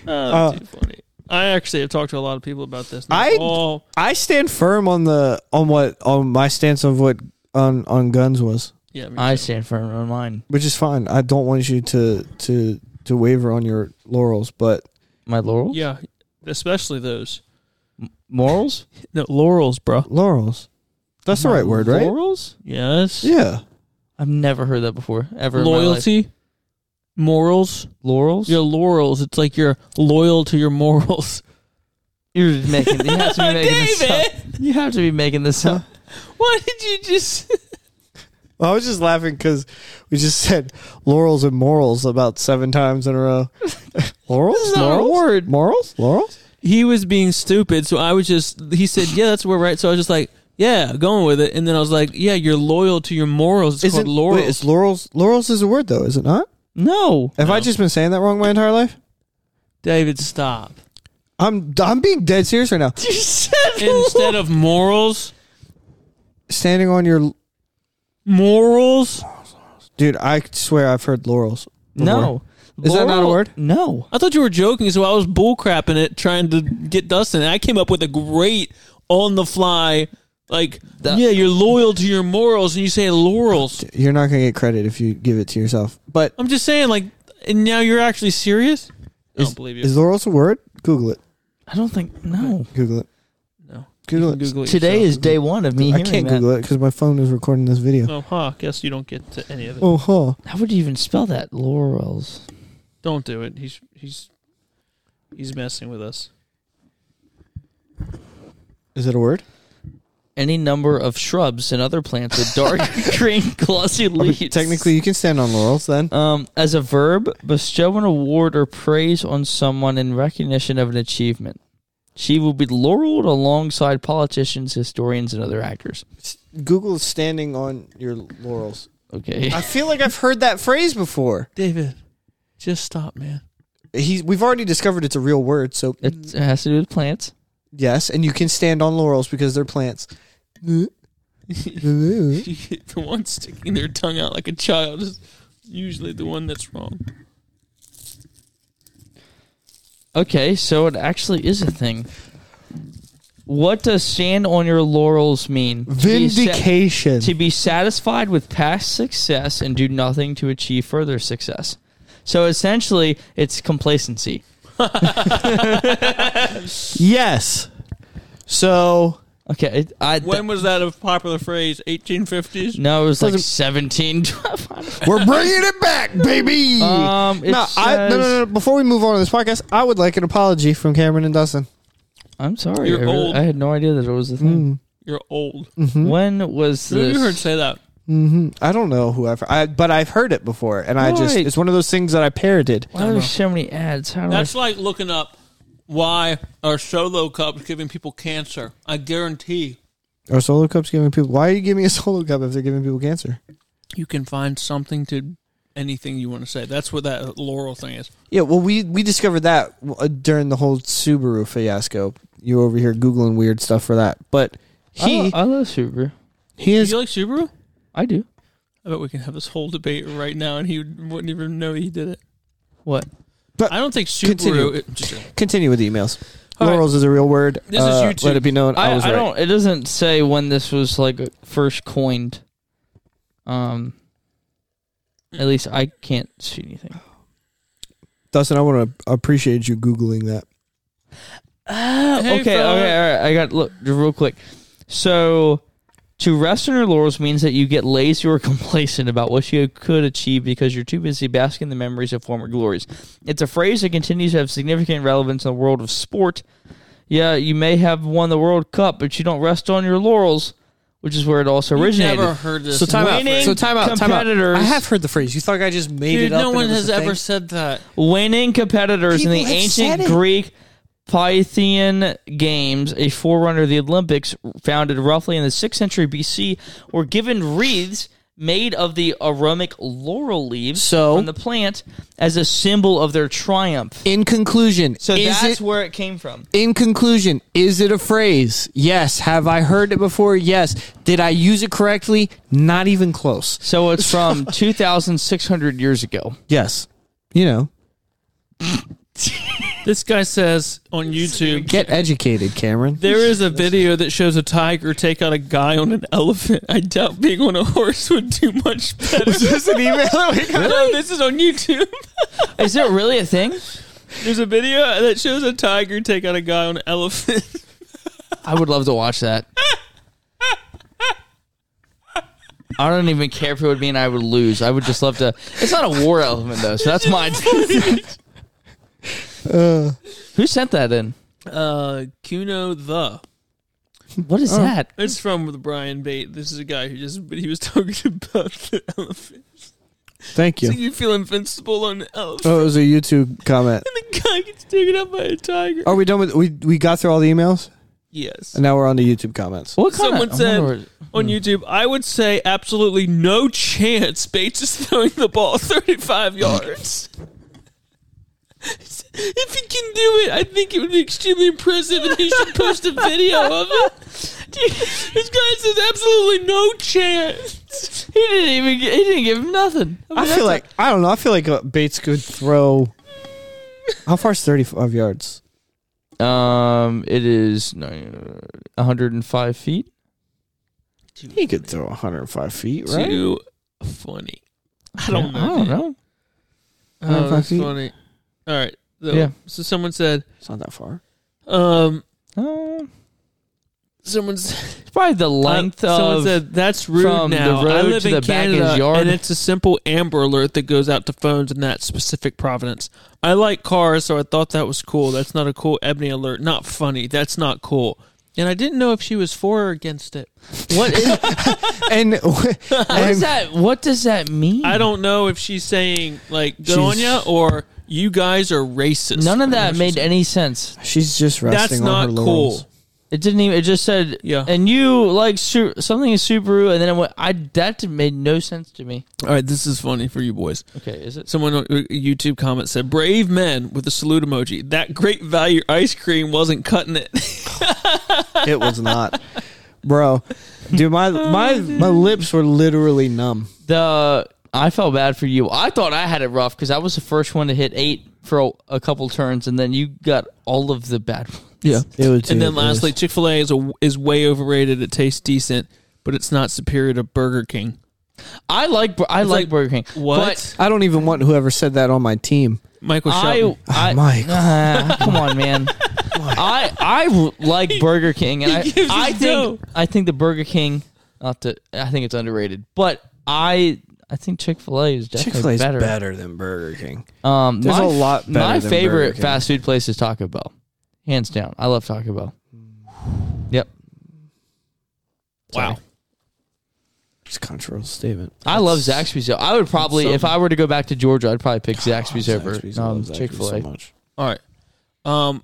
Uh,
too funny. I actually have talked to a lot of people about this.
I-
all,
I stand firm on the on what on my stance of what on on guns was.
yeah, me
I
too.
stand firm on mine.
which is fine. I don't want you to to to waver on your laurels, but
My laurel.
yeah, especially those.
Morals?
No, laurels, bro.
Laurels. That's the right word, right?
Morals?
Yes.
Yeah.
I've never heard that before. Ever. in my life.
Loyalty, morals.
Laurels?
Your laurels. It's like you're loyal to your morals.
You're just making. You have to be making this up.
David!
You have to be making this up.
Why did you just?
Well, I was just laughing because we just said laurels and morals about seven times in a row. laurels?
This is not a
morals?
word.
Morals? Laurels?
He was being stupid, so I was just. He said, "Yeah, that's where right." So I was just like, "Yeah, going with it." And then I was like, "Yeah, you're loyal to your morals." It's
Isn't-
called laurels.
Wait, it's laurels. Laurels is a word, though, is it not?
No.
Have I just been saying that wrong my entire life?
David, stop.
I'm I'm being dead serious right now.
You said
Instead of morals,
Standing on your
morals.
dude, I swear I've heard laurels.
No.
Is that not a word?
No.
I thought you were joking, so I was bullcrapping it, trying to get Dustin. And I came up with a great on the fly, like,
That-
yeah, you're loyal to your morals, and you say laurels.
You're not gonna get credit if you give it to yourself. But
I'm just saying, like, and now you're actually serious? I
is,
don't believe you.
is laurels a word? Google it.
I don't think. No.
Google it.
no.
Google
You
it.
can Google it
Today
yourself.
is day one of me Uh,
I
hearing
can't
that.
Google it because my phone is recording this video.
Oh, huh. Guess you don't get to any of it.
Oh, huh.
How would you even spell that? Laurels.
Don't do it. He's he's he's messing with us.
Is it a word?
Any number of shrubs and other plants with dark green glossy
I mean,
leaves.
technically, you can stand on laurels then.
Um, as a verb, bestow an award or praise on someone in recognition of an achievement. She will be laureled alongside politicians, historians, and other actors.
Google standing on your laurels.
Okay.
I feel like I've heard that phrase before.
David, just stop, man.
He's, we've already discovered it's a real word, so
It has to do with plants.
yes, and you can stand on laurels because they're plants.
the one sticking their tongue out like a child is usually the one that's wrong.
Okay, so it actually is a thing. What does stand on your laurels mean? To be sa-
Vindication.
To be satisfied with past success and do nothing to achieve further success. So essentially, it's complacency.
Yes. So
Okay, it- I th-
When was that a popular phrase? 1850s?
no, it was like
Doesn't-
seventeen.
we're bringing it back, baby.
Um, it
no, I, no, no, no, no. Before we move on to this podcast, I would like an apology from Cameron and Dustin.
I'm sorry,
You're
I, really-
old.
I had no idea that it was a thing.
Mm,
You're old.
When was
Who have
this?
you heard say that?
Mm-hmm. I don't know who I've, I, but I've heard it before, and I just
Right.
it's one of those things that I parroted.
Why are there so many ads? How do I
That's like looking up why our solo cup is giving people cancer. I guarantee
Are solo cups giving people? Why are you giving me a solo cup if they're giving people cancer?
you can find something to anything you want to say. That's what that Laurel thing is.
Yeah, well, we we discovered that uh, during the whole Subaru fiasco. You're over here googling weird stuff for that, but
I,
he
uh,
lo- I love Subaru.
he
Do
is
you like Subaru?
I do.
I bet we can have this whole debate right now, and he wouldn't even know he did it.
What?
I don't think Subaru.
Continue.
it- just-
continue with the emails.
All right.
Laurels is a real word.
This is
Uh,
YouTube.
Let it be known. I,
I,
was
I
right.
don't. It doesn't say when this was like first coined. Um, at least I can't see anything.
Dustin, I want to appreciate you googling that.
Hey,
Ah, okay, okay,
fella.
all right. I got look real quick. So, to rest on your laurels means that you get lazy or complacent about what you could achieve because you're too busy basking in the memories of former glories. It's a phrase that continues to have significant relevance in the world of sport. Yeah, you may have won the World Cup, but you don't rest on your laurels, which is where it also
You've
originated.
never heard this.
So time out.
Winning
So time out. Time out.
competitors-
I have heard the phrase. You thought I just made
Dude,
it up?
no
and it
one
was
has
a thing?
ever said that.
Winning competitors in
People
the
have said
ancient
it.
Greek Pythian Games, a forerunner of the Olympics, founded roughly in the 6th century BC, were given wreaths made of the aromatic laurel leaves
So-
from the plant as a symbol of their triumph.
In conclusion,
So
is
that's
it,
where it came from.
in conclusion, is it a phrase? Yes. Have I heard it before? Yes. Did I use it correctly? Not even close.
So it's from 2,600 years ago.
Yes. You know,
This guy says on YouTube.
get educated, Cameron.
There is a video that shows a tiger take out a guy on an elephant. I doubt being on a horse would do much better.
this an email?
No, this is on YouTube.
Is it really a thing?
There's a video that shows a tiger take out a guy on an elephant.
I would love to watch that. I don't even care if it would mean I would lose. I would just love to. It's not a war element though, so that's mine.
Uh,
Who sent that in?
Uh, Kuno the.
What is that?
It's from the Brian Bate. This is a guy who just but he was talking about the elephant.
Thank
So
you.
you feel invincible on an elephant.
Oh, it was a YouTube comment.
And the guy gets taken up by a tiger.
Are we done with we we got through all the emails
Yes.
Oh. and now we're on to YouTube comments.
What
Someone
I
said
wonder
Hmm.
on YouTube, I would say absolutely no chance Bates is throwing the ball 35 yards. if he can do it, I think it would be extremely impressive and he should post a video of it. This guy says absolutely no chance.
what- he didn't even. Get, he didn't give him nothing.
I feel like I don't know. I feel like uh, Bates could throw. How far is thirty-five yards?
Um, it is no, uh, no, 105 feet.
He could throw one hundred and five feet, right?
Too funny. I don't know.
I don't know.
Oh, that's
105 feet?
funny. All right. So,
Yeah.
so someone said,
It's not that far.
um,
Uh,
someone said,
it's probably the length
Uh, Someone
of.
said that's rude
from
now.
the
I
road
live
to
in
the back of his
Canada,
yard."
and it's a simple Amber Alert that goes out to phones in that specific province. I like cars, so I thought that was cool. That's not a cool Ebony Alert. Not funny. That's not cool. And I didn't know if she was for or against it.
what is,
And
what is
and,
that? What does that mean?
I don't know if she's saying like good
She's-
on ya or you guys are racist.
None of
I
that
don't know
made
if
any sense.
she's just resting
That's not
on her laurels.
cool.
It didn't even. It just said,
Yeah.
And you like su- something is Subaru, and then it went. I that did- made no sense to me.
All right, this is funny for you boys.
Okay, is it?
Someone on a YouTube comment said, "Brave men" with a salute emoji. That great value ice cream wasn't cutting it.
It was not, bro. Dude, my my my lips were literally numb.
The I felt bad for you. I thought I had it rough because I was the first one to hit eight for a, a couple turns, and then you got all of the bad. ones.
Yeah.
It was.
And
it
then
was-
lastly, Chick Fil A is a, is way overrated. It tastes decent, but it's not superior to Burger King.
I like Bur- I like,
like,
Burger King.
What?
I don't even want whoever said that on my team.
Michael
But I,
Shelton.
I
Michael.
Nah, come on, man. I I w- like Burger King, and I,
He gives
I
us
think
dough.
I think the Burger King, not to I think it's underrated, but I I think Chick Fil A is
Chick
definitely
Fil A is
better.
better. than Burger King.
Um,
There's
my,
a lot better
My
than Burger
favorite
King.
fast food place is Taco Bell, hands down. I love Taco Bell. Yep,
Wow.
Sorry.
It's a controversial statement.
I love Zaxby's. though. I would probably, if
something.
I were to go back to Georgia, I'd probably pick Zaxby's over
Zaxby's, I love
um,
Zaxby's
Chick Fil A.
so much.
All right. Um,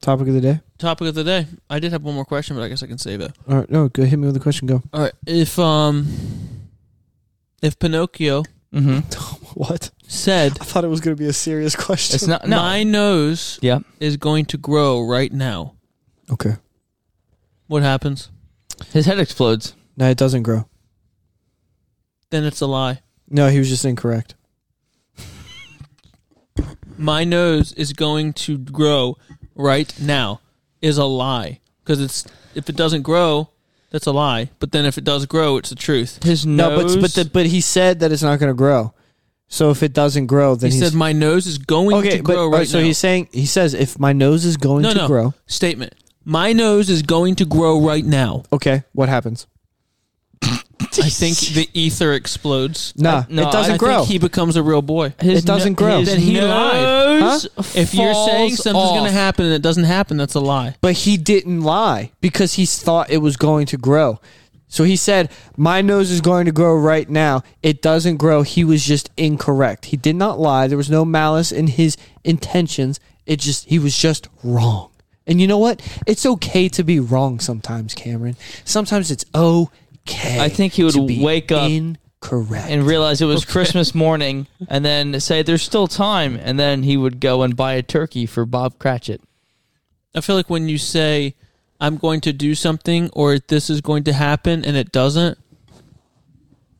Topic of the day.
topic of the day. I did have one more question, but I guess I can save it.
All right, no, go hit me with a question. Go.
All right. If um, if Pinocchio
mm-hmm.
What?
said,
I thought it was going to be a serious question.
It's not no.
"My nose
Yep.
is going to grow right now,"
okay.
what happens?
His head explodes.
No, it doesn't grow.
Then it's a lie.
No, he was just incorrect.
My nose is going to grow right now is a lie because it's if it doesn't grow, that's a lie. But then if it does grow, it's the truth.
His
No,
nose.
but but the, but he said that it's not going to grow. So if it doesn't grow, then
he
he's,
said my nose is going
okay.
to
but
grow
all
right,
right, so
now.
he's saying he says if my nose is going
no
to
no
grow,
statement. My nose is going to grow right now.
okay, what happens?
I think the ether explodes.
Nah,
I- no,
it doesn't
I
grow.
think he becomes a real boy.
His
It doesn't
no-
grow.
his
Then he lied.
nose
If you're
falls
saying something's
off.
going to happen and it doesn't happen, that's a lie.
but he didn't lie because he thought it was going to grow. So he said, "My nose is going to grow right now. It doesn't grow." He was just incorrect. He did not lie. There was no malice in his intentions. It just he was just wrong. And you know what? It's okay to be wrong sometimes, Cameron. Sometimes it's okay.
I think he would
to be
wake up
incorrect.
and realize it was Christmas morning, and then say there's still time, and then he would go and buy a turkey for Bob Cratchit.
I feel like when you say I'm going to do something or this is going to happen and it doesn't,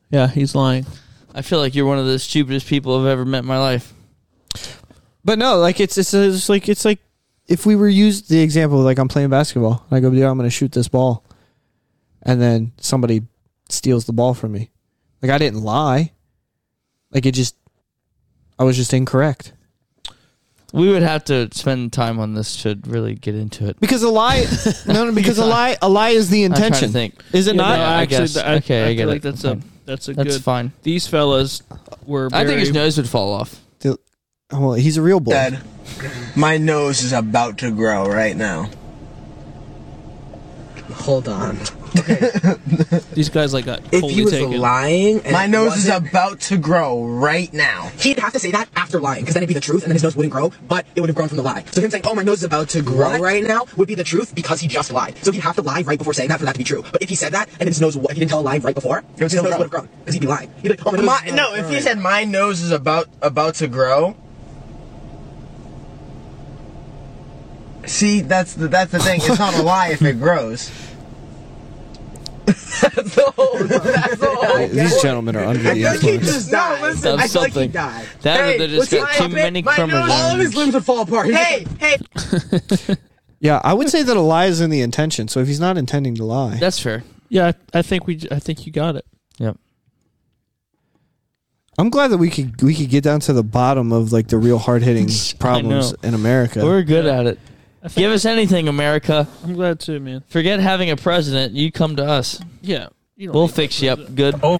yeah, he's lying.
I feel like you're one of the stupidest people I've ever met in my life.
But no, like it's it's, it's like it's like if we were used the example like I'm playing basketball and I go, dude, I'm gonna shoot this ball, and then somebody steals the ball from me. Like I didn't lie. Like it just, I was just incorrect.
We would have to spend time on this to really get into it.
Because a lie, no, no, because a lie, a lie is the
I'm trying to
intention.
think.
Is it
Yeah,
not?
no,
I
actually,
guess.
th-
Okay, I
feel
get
like
it.
That's
Okay.
a that's a
That's
good.
fine.
These fellas were.
I think his
very-
nose would fall off.
Well, he's a real boy.
Dad, my nose is about to grow right now.
Hold on.
These guys like got
If
totally
he was
taken.
lying, and
My
it
nose is
wasn't-
about to grow right now.
He'd have to say that after lying, because then it'd be the truth, and then his nose wouldn't grow, but it would have grown from the lie. So him saying, "Oh, my nose is about to grow right now," would be the truth because he just lied. So he'd have to lie right before saying that for that to be true. But if he said that and his nose, wa- if he didn't tell a lie right before,
would
his
still
nose
grow.
would have grown because he'd be lying. He'd be like, "Oh, my nose."
My
is-
no, if he said my nose is about about to grow. See, that's the that's the thing. It's not a lie if it grows. that's the whole. That's the whole.
These gentlemen are under the
I think he
influence.
just died.
No, listen,
I
Of
feel like he
something.
died.
That
Hey,
they just
what's
got
your
too
name?
many
My
chromosomes.
nose-
all of his limbs would fall apart. He'd be like,
Hey, hey,
Yeah, I would say that a lie is in the intention. So if he's not intending to lie,
That's fair.
yeah, I, I think we. j- I think you got it.
Yep.
I'm glad that we could we could get down to the bottom of like the real hard hitting problems
know.
in America.
We're good at it.
I think,
Give us anything, America.
I'm glad too, man.
Forget having a president. You come to us.
Yeah, you don't
We'll
need
fix
that,
you up good.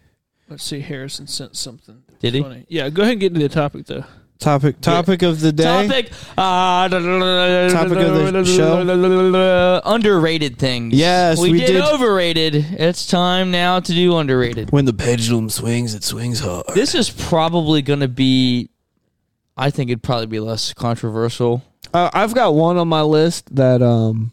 Let's see. Harrison sent something.
Did he?
Funny. Yeah, go ahead and get into the topic though.
topic topic of the day.
Topic. Uh, Topic
of the
show. Underrated things.
Yes,
we,
we
did,
did.
overrated. It's time now to do underrated.
When the pendulum swings, it swings hard.
This is probably going to be. I think it'd probably be less controversial.
Uh, I've got one on my list that um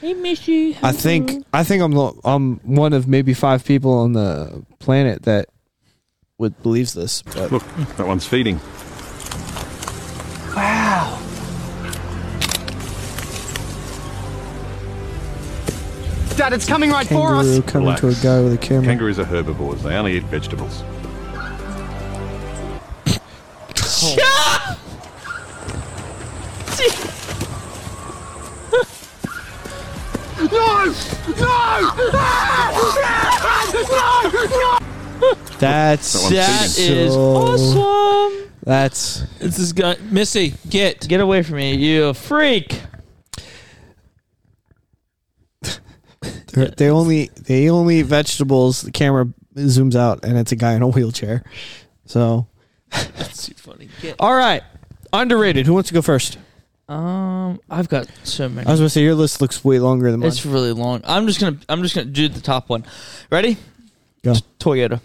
Hey, Mishy.
I think I think I'm the, I'm one of maybe five people on the planet that would believes this. But
Look, that one's feeding.
Dad, it's coming right
kangaroo coming to a
Relax.
guy with a camera.
Kangaroos are herbivores. They only eat vegetables.
That's
That one's
That
feeding.
is
So-
awesome.
that's
It's this guy, Missy. Get
Get away from me, you freak.
they're- they only they only eat vegetables. The camera zooms out and it's a guy in a wheelchair. So
that's too funny. Get.
all right, underrated. Who wants to go first?
Um, I've got so many.
I was gonna say your list looks way longer than mine.
It's really long. I'm just gonna. I'm just gonna do the top one. Ready?
Go.
Toyota.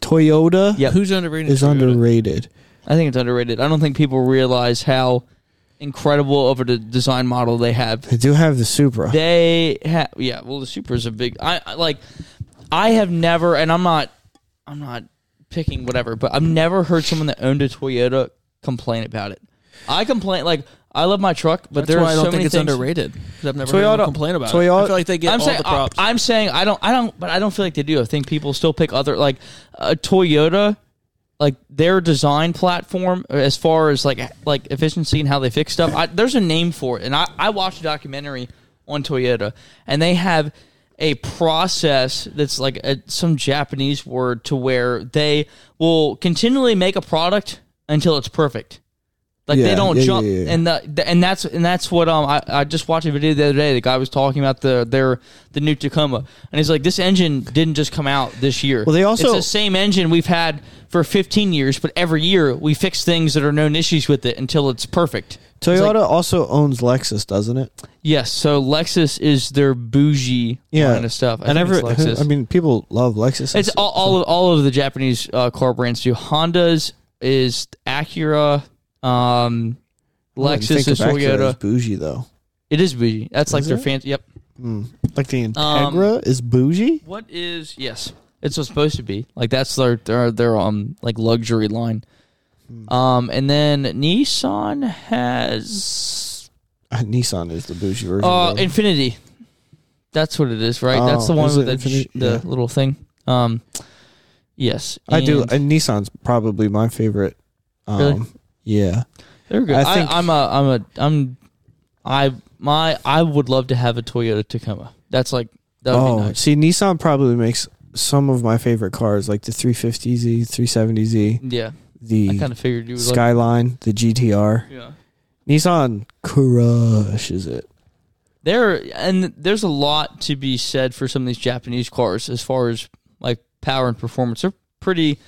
Toyota
Yep.
Who's underrated?
is
Toyota?
underrated.
I think it's underrated. I don't think people realize how incredible of a de- design model they have.
They do have the Supra.
They have, yeah. Well, the Supra is a big. I, I like. I have never, and I'm not. I'm not picking whatever, but I've never heard someone that owned a Toyota complain about it. I complain like I love my truck, but
That's
there
why
are
I
so
don't
many
think it's
things.
underrated. 'cause I've never heard anyone
Toyota-
complain about it. I
Toyota-
feel like they get
I'm
all
saying
the props.
I, am saying I don't I don't but I don't feel like they do. I think people still pick other like a Toyota like their design platform as far as like like efficiency and how they fix stuff. I, there's a name for it, and I I watched a documentary on Toyota, and they have a process that's like a, some Japanese word to where they will continually make a product until it's perfect. Like they
Yeah,
don't
yeah, yeah,
jump
yeah, yeah.
and the, the- and that's and that's what um I, I just watched a video the other day. The guy was talking about the their the new Tacoma, and he's like, this engine didn't just come out this year.
Well, they also-
it's the same engine we've had for 15 years, but every year we fix things that are known issues with it until it's perfect. It's like-
Toyota also owns Lexus, doesn't it?
yes. So Lexus is their bougie kind of stuff. I
and
think
every,
it's Lexus.
I mean, people love Lexus.
It's all, all of all of the Japanese uh, car brands do. Honda's is Acura, um, Lexus is Toyota.
bougie though.
It is bougie. That's like their
it?
fancy. Yep.
Like
Um,
the Integra is bougie.
What is yes? It's what's supposed to be like that's their their their um like luxury line.
Hmm.
Um, and then Nissan has
Uh, Nissan is the bougie version.
uh
bro.
Infinity. That's what it is, right? that's
Oh,
the one
is
with
it
the, j-
Infiniti?
the
Yeah.
little thing. Um, yes,
I do.
and
And Nissan's probably my favorite. Um,
Really?
Yeah,
They're good.
I
I
think-
I'm a I'm a I'm I my I would love to have a Toyota Tacoma. That's like that would
Oh,
be nice.
see, Nissan probably makes some of my favorite cars, like the 350Z, 370Z.
Yeah.
the
I kind of figured you would like.
Skyline, the GTR.
Yeah.
Nissan crushes it.
There and there's a lot to be said for some of these Japanese cars as far as like power and performance. They're pretty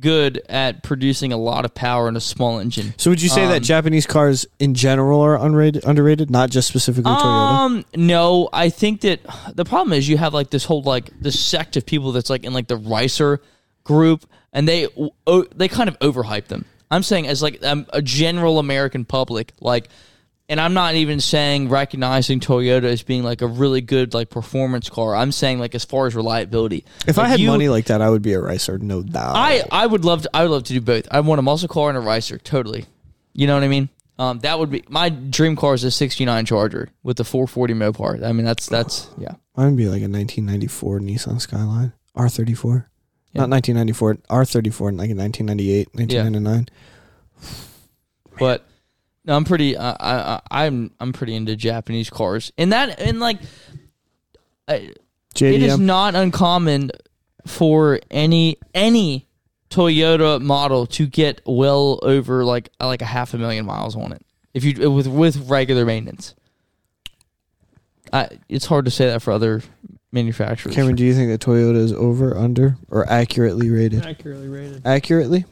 good at producing a lot of power in a small engine.
So would you say that
Um,
Japanese cars in general are unrated, underrated, not just specifically Toyota?
Um, no, I think that the problem is you have like this whole like this sect of people that's like in like the Ricer group, and they o- they kind of overhype them. I'm saying as like um, a general American public, like, and I'm not even saying recognizing Toyota as being like a really good like performance car. I'm saying like as far as reliability.
If I
Like,
had
you-
money like that, I would be a racer, no doubt.
I, I would love to I would love to do both. I want a muscle car and a ricer, totally. You know what I mean? Um, that would be my dream car is a '69 Charger with the 440 Mopar. I mean, that's that's yeah.
Mine would be like a 1994 Nissan Skyline R34. Not 1994, R34, like a 1998, 1999.
But no, I'm pretty. Uh, I, I I'm I'm pretty into Japanese cars, and that and like I, it is
JDM.
not uncommon for any any Toyota model to get well over like like a half a million miles on it if you with with regular maintenance. I, it's hard to say that for other manufacturers.
Cameron, do you think that Toyota is over, under, or accurately rated?
accurately rated.
Accurately?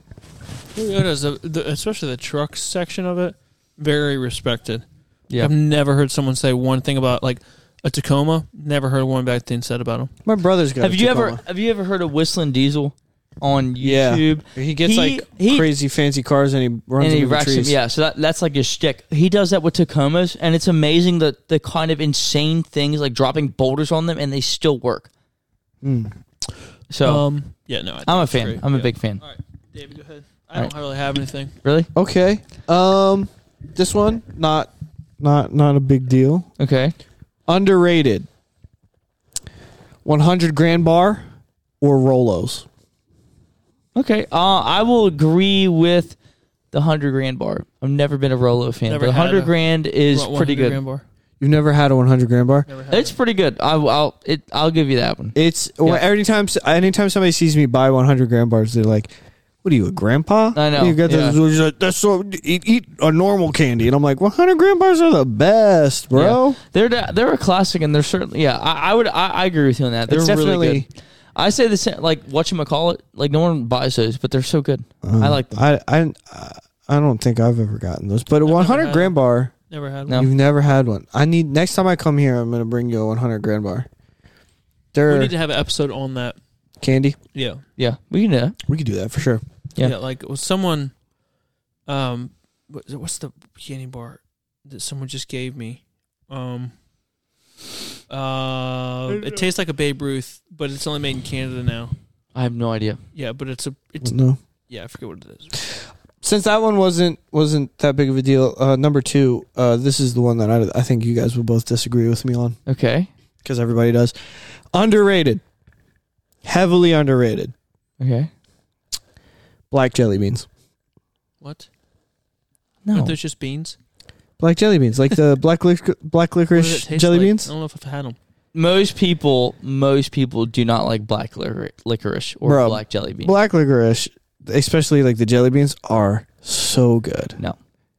Toyota's, a, the, especially the truck section of it, very respected.
yeah,
I've never heard someone say one thing about like a Tacoma. Never heard one bad thing said about them.
My brother's got.
have
a
you ever
Tacoma.
have you ever heard of Whistling Diesel on
Yeah.
YouTube?
He gets
He-
like
he-
crazy fancy cars and he runs
and he
into the
wrecks him.
trees.
Yeah, so that, that's like his shtick. He does that with Tacomas, and it's amazing that the kind of insane things like dropping boulders on them, and they still work.
Mm.
So
Oh,
Um, yeah, no, I think
I'm a
it's
fan.
great.
I'm a
Yeah.
big fan.
All right, David, go ahead. I
All
don't really have anything.
Really?
Okay. Um, this one not not not a big deal.
Okay.
Underrated. 100 grand bar or Rolos.
Okay. Uh, I will agree with the hundred grand bar. I've never been a Rolo fan,
Never
but
had
hundred
a-
grand is
What,
pretty
100
good.
grand bar?
You've never had a 100 grand bar?
It's pretty good. I, I'll it, I'll give you that one.
It's well, anytime anytime somebody sees me buy 100 grand bars, they're like, "What are you, a grandpa?"
I know,
You got
yeah.
the, he's like, that's so eat, eat a normal candy, and I'm like, "100 grand bars are the best, bro."
Yeah. They're da- they're a classic, and they're certainly yeah. I, I would I, I agree with you on that. They're
It's
really
definitely-
good. I say the same. Like what you call it? Like no one buys those, but they're so good.
Uh,
I like them.
I I I don't think I've ever gotten those, but a 100
had
grand bar,
Never had
No.
one.
you've never had one. I need next time I come here, I'm gonna bring you a 100 grand bar.
We
They're
need to have an episode on that.
candy.
Yeah,
Yeah, we can do that.
We could do that for sure.
Yeah.
yeah. like was someone, um, what- what's the candy bar that someone just gave me? Um, uh, it tastes like a Babe Ruth, but it's only made in Canada now.
I have no idea.
Yeah, but it's a it's
No.
yeah. I forget what it is.
Since that one wasn't wasn't that big of a deal, uh, number two, uh, this is the one that I, I think you guys will both disagree with me on.
Okay.
because everybody does. Underrated, heavily underrated.
Okay.
Black jelly beans.
What?
No.
Aren't those just beans?
Black jelly beans, like the black lic- black
What does it
licorice
taste
jelly
like?
beans.
I don't know if I've had them.
most people most people do not like black licor- licorice or
Bro,
black jelly bean.
Black licorice, especially like the jelly beans, are so good.
no,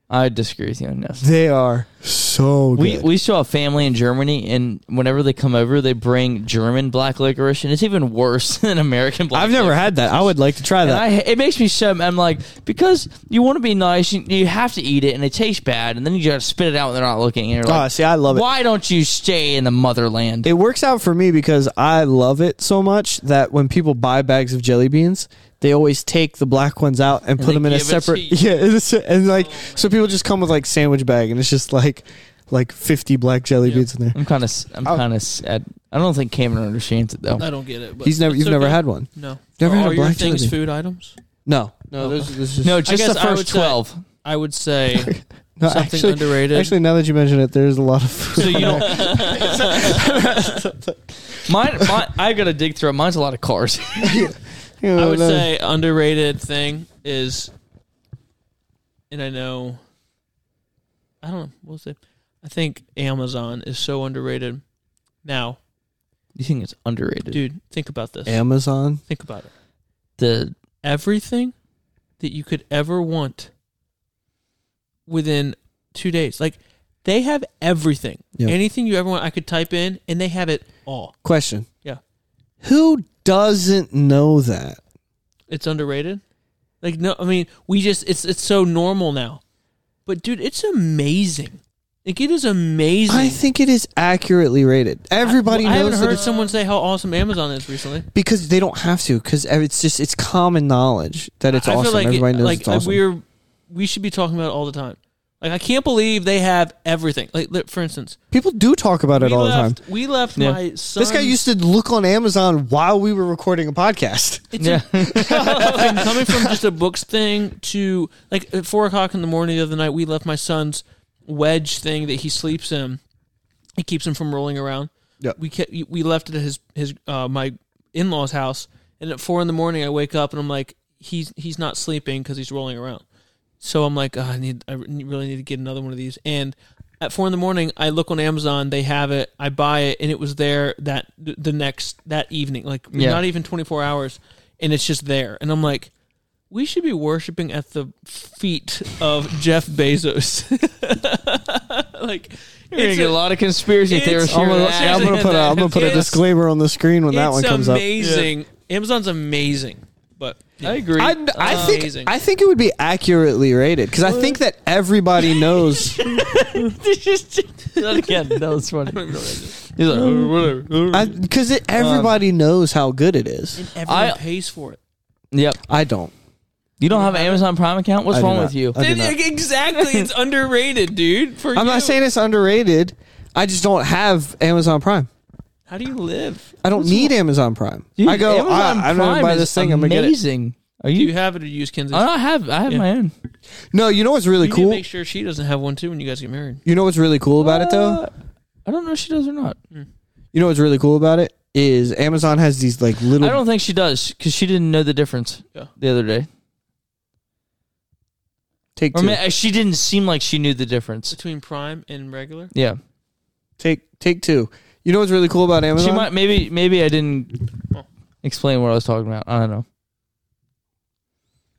I disagree with you on this.
They are so
We
good.
we saw a family in Germany, and whenever they come over, they bring German black licorice, and it's even worse than American black.
I've never had that. I would like to try
And
that.
I, it makes me so. I'm like, because you want to be nice, you, you have to eat it, and it tastes bad, and then you just spit it out when they're not looking, and you're
Ah,
like,
see, I love it.
why don't you stay in the motherland?
It works out for me because I love it so much that when people buy bags of jelly beans, they always take the black ones out and, put
they
them in a
give it to
separate.
you.
Yeah, it's, and like so, people just come with like sandwich bag, and it's just like like fifty black jelly beans in there.
I'm kind of, I'm
Oh.
kind of sad. I don't think Cameron understands it though.
I don't get it. But
He's never.
it's
You've never
okay.
had one.
No.
Never
Are
had a
all your
black jelly
things
bean.
food items?
No, no. Those, those just,
No,
I
just
guess
the
I would
first
say-
twelve.
I would say
no,
something
actually,
underrated.
Actually, now that you mention it, there's a lot of food.
So you don't. mine, mine, I gotta dig through. it. Mine's a lot of cars.
You
I
know,
would
no.
say underrated thing is, and I know, I don't know. We'll see. I think Amazon is so underrated. Now,
you think it's underrated?
dude, think about this.
Amazon.
think about it.
The
Everything that you could ever want within two days. Like they have everything,
Yeah.
anything you ever want. I could type in, and they have it all.
Question:
Yeah,
Who doesn't know that?
it's underrated. Like no, I mean we just it's it's so normal now. But dude, it's amazing. Like it is amazing.
I think it is accurately rated. Everybody
I, I
knows
haven't
that
heard
it's-
someone say how awesome Amazon is recently.
because they don't have to because it's just it's common knowledge that it's
I
awesome.
feel like
Everybody knows
like
it's awesome.
we're we should be talking about it all the time. Like I can't believe they have everything. Like li- for instance,
People do talk about it
we
all
left,
the time.
We left my son.
This guy used to look on Amazon while we were recording a podcast.
It's yeah. coming from just a books thing to like at four o'clock in the morning the other night, we left my son's wedge thing that he sleeps in. It keeps him from rolling around.
Yep.
We kept, we left it at his his uh, my in law's house, and at four in the morning I wake up and I'm like he's he's not sleeping because he's rolling around. So I'm like, "Ah, I need, I really need to get another one of these. And at four in the morning, I look on Amazon, they have it, I buy it, and it was there that th- the next that evening, like
Yeah.
not even 24 hours, and it's just there. And I'm like, we should be worshiping at the feet of Jeff Bezos. like,
You're gonna
it's
get a,
a-
lot of conspiracy
it's-
theories.
I'm
here
gonna-
that.
I'm gonna put a- I'm gonna put a It's- disclaimer
on the screen when
it's amazing. Amazon's amazing, but
I agree.
I, I think
Amazing.
I think it would be accurately rated because I think that everybody knows.
that again. That was funny. He's like, "Oh, whatever.
Because everybody
Um,
knows how good it is.
everyone
I-
pays for it.
Yep.
I don't.
You don't have an Amazon Prime account? What's
I do
wrong
not.
with you?
I do not.
exactly, it's underrated, dude. For
I'm
you.
not saying it's underrated. I just don't have Amazon Prime.
How do you live?
I don't need Amazon Prime.
Dude,
I go. "Oh,
Amazon
I, I'm gonna
Prime
buy
is
this thing. I'm gonna get it.
Amazing. Are
Do you
you?
have it or do you use Kenzie's?
I don't have. I have my own.
No, you know what's really
you need to
cool.
make sure she doesn't have one too when you guys get married.
you know what's really cool about it though.
Uh, I don't know if she does or not.
You know what's really cool about it is Amazon has these like little.
I don't think she does because she didn't know the difference
Yeah.
the other day.
take
Or
two.
ma- she didn't seem like she knew the difference.
Between Prime and regular,
Yeah,
take take two. You know what's really cool about Amazon?
she might. Maybe. Maybe I didn't explain what I was talking about. I don't know.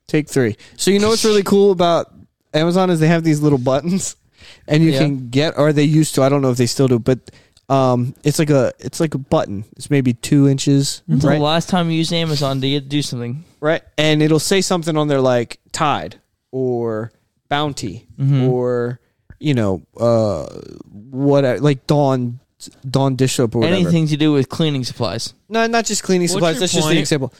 Take three. So you know what's really cool about Amazon is they have these little buttons, and you
Yeah.
can get or they used to. I don't know if they still do, but um, it's like a it's like a button. It's maybe two inches,
When's
right?
the last time you used Amazon to get to do something?
Right, and it'll say something on there like Tide or Bounty or you know uh what like Dawn Dawn dish soap or whatever.
Anything to do with cleaning supplies?
No, not just cleaning
What's
supplies.
your
That's just
point?
the example.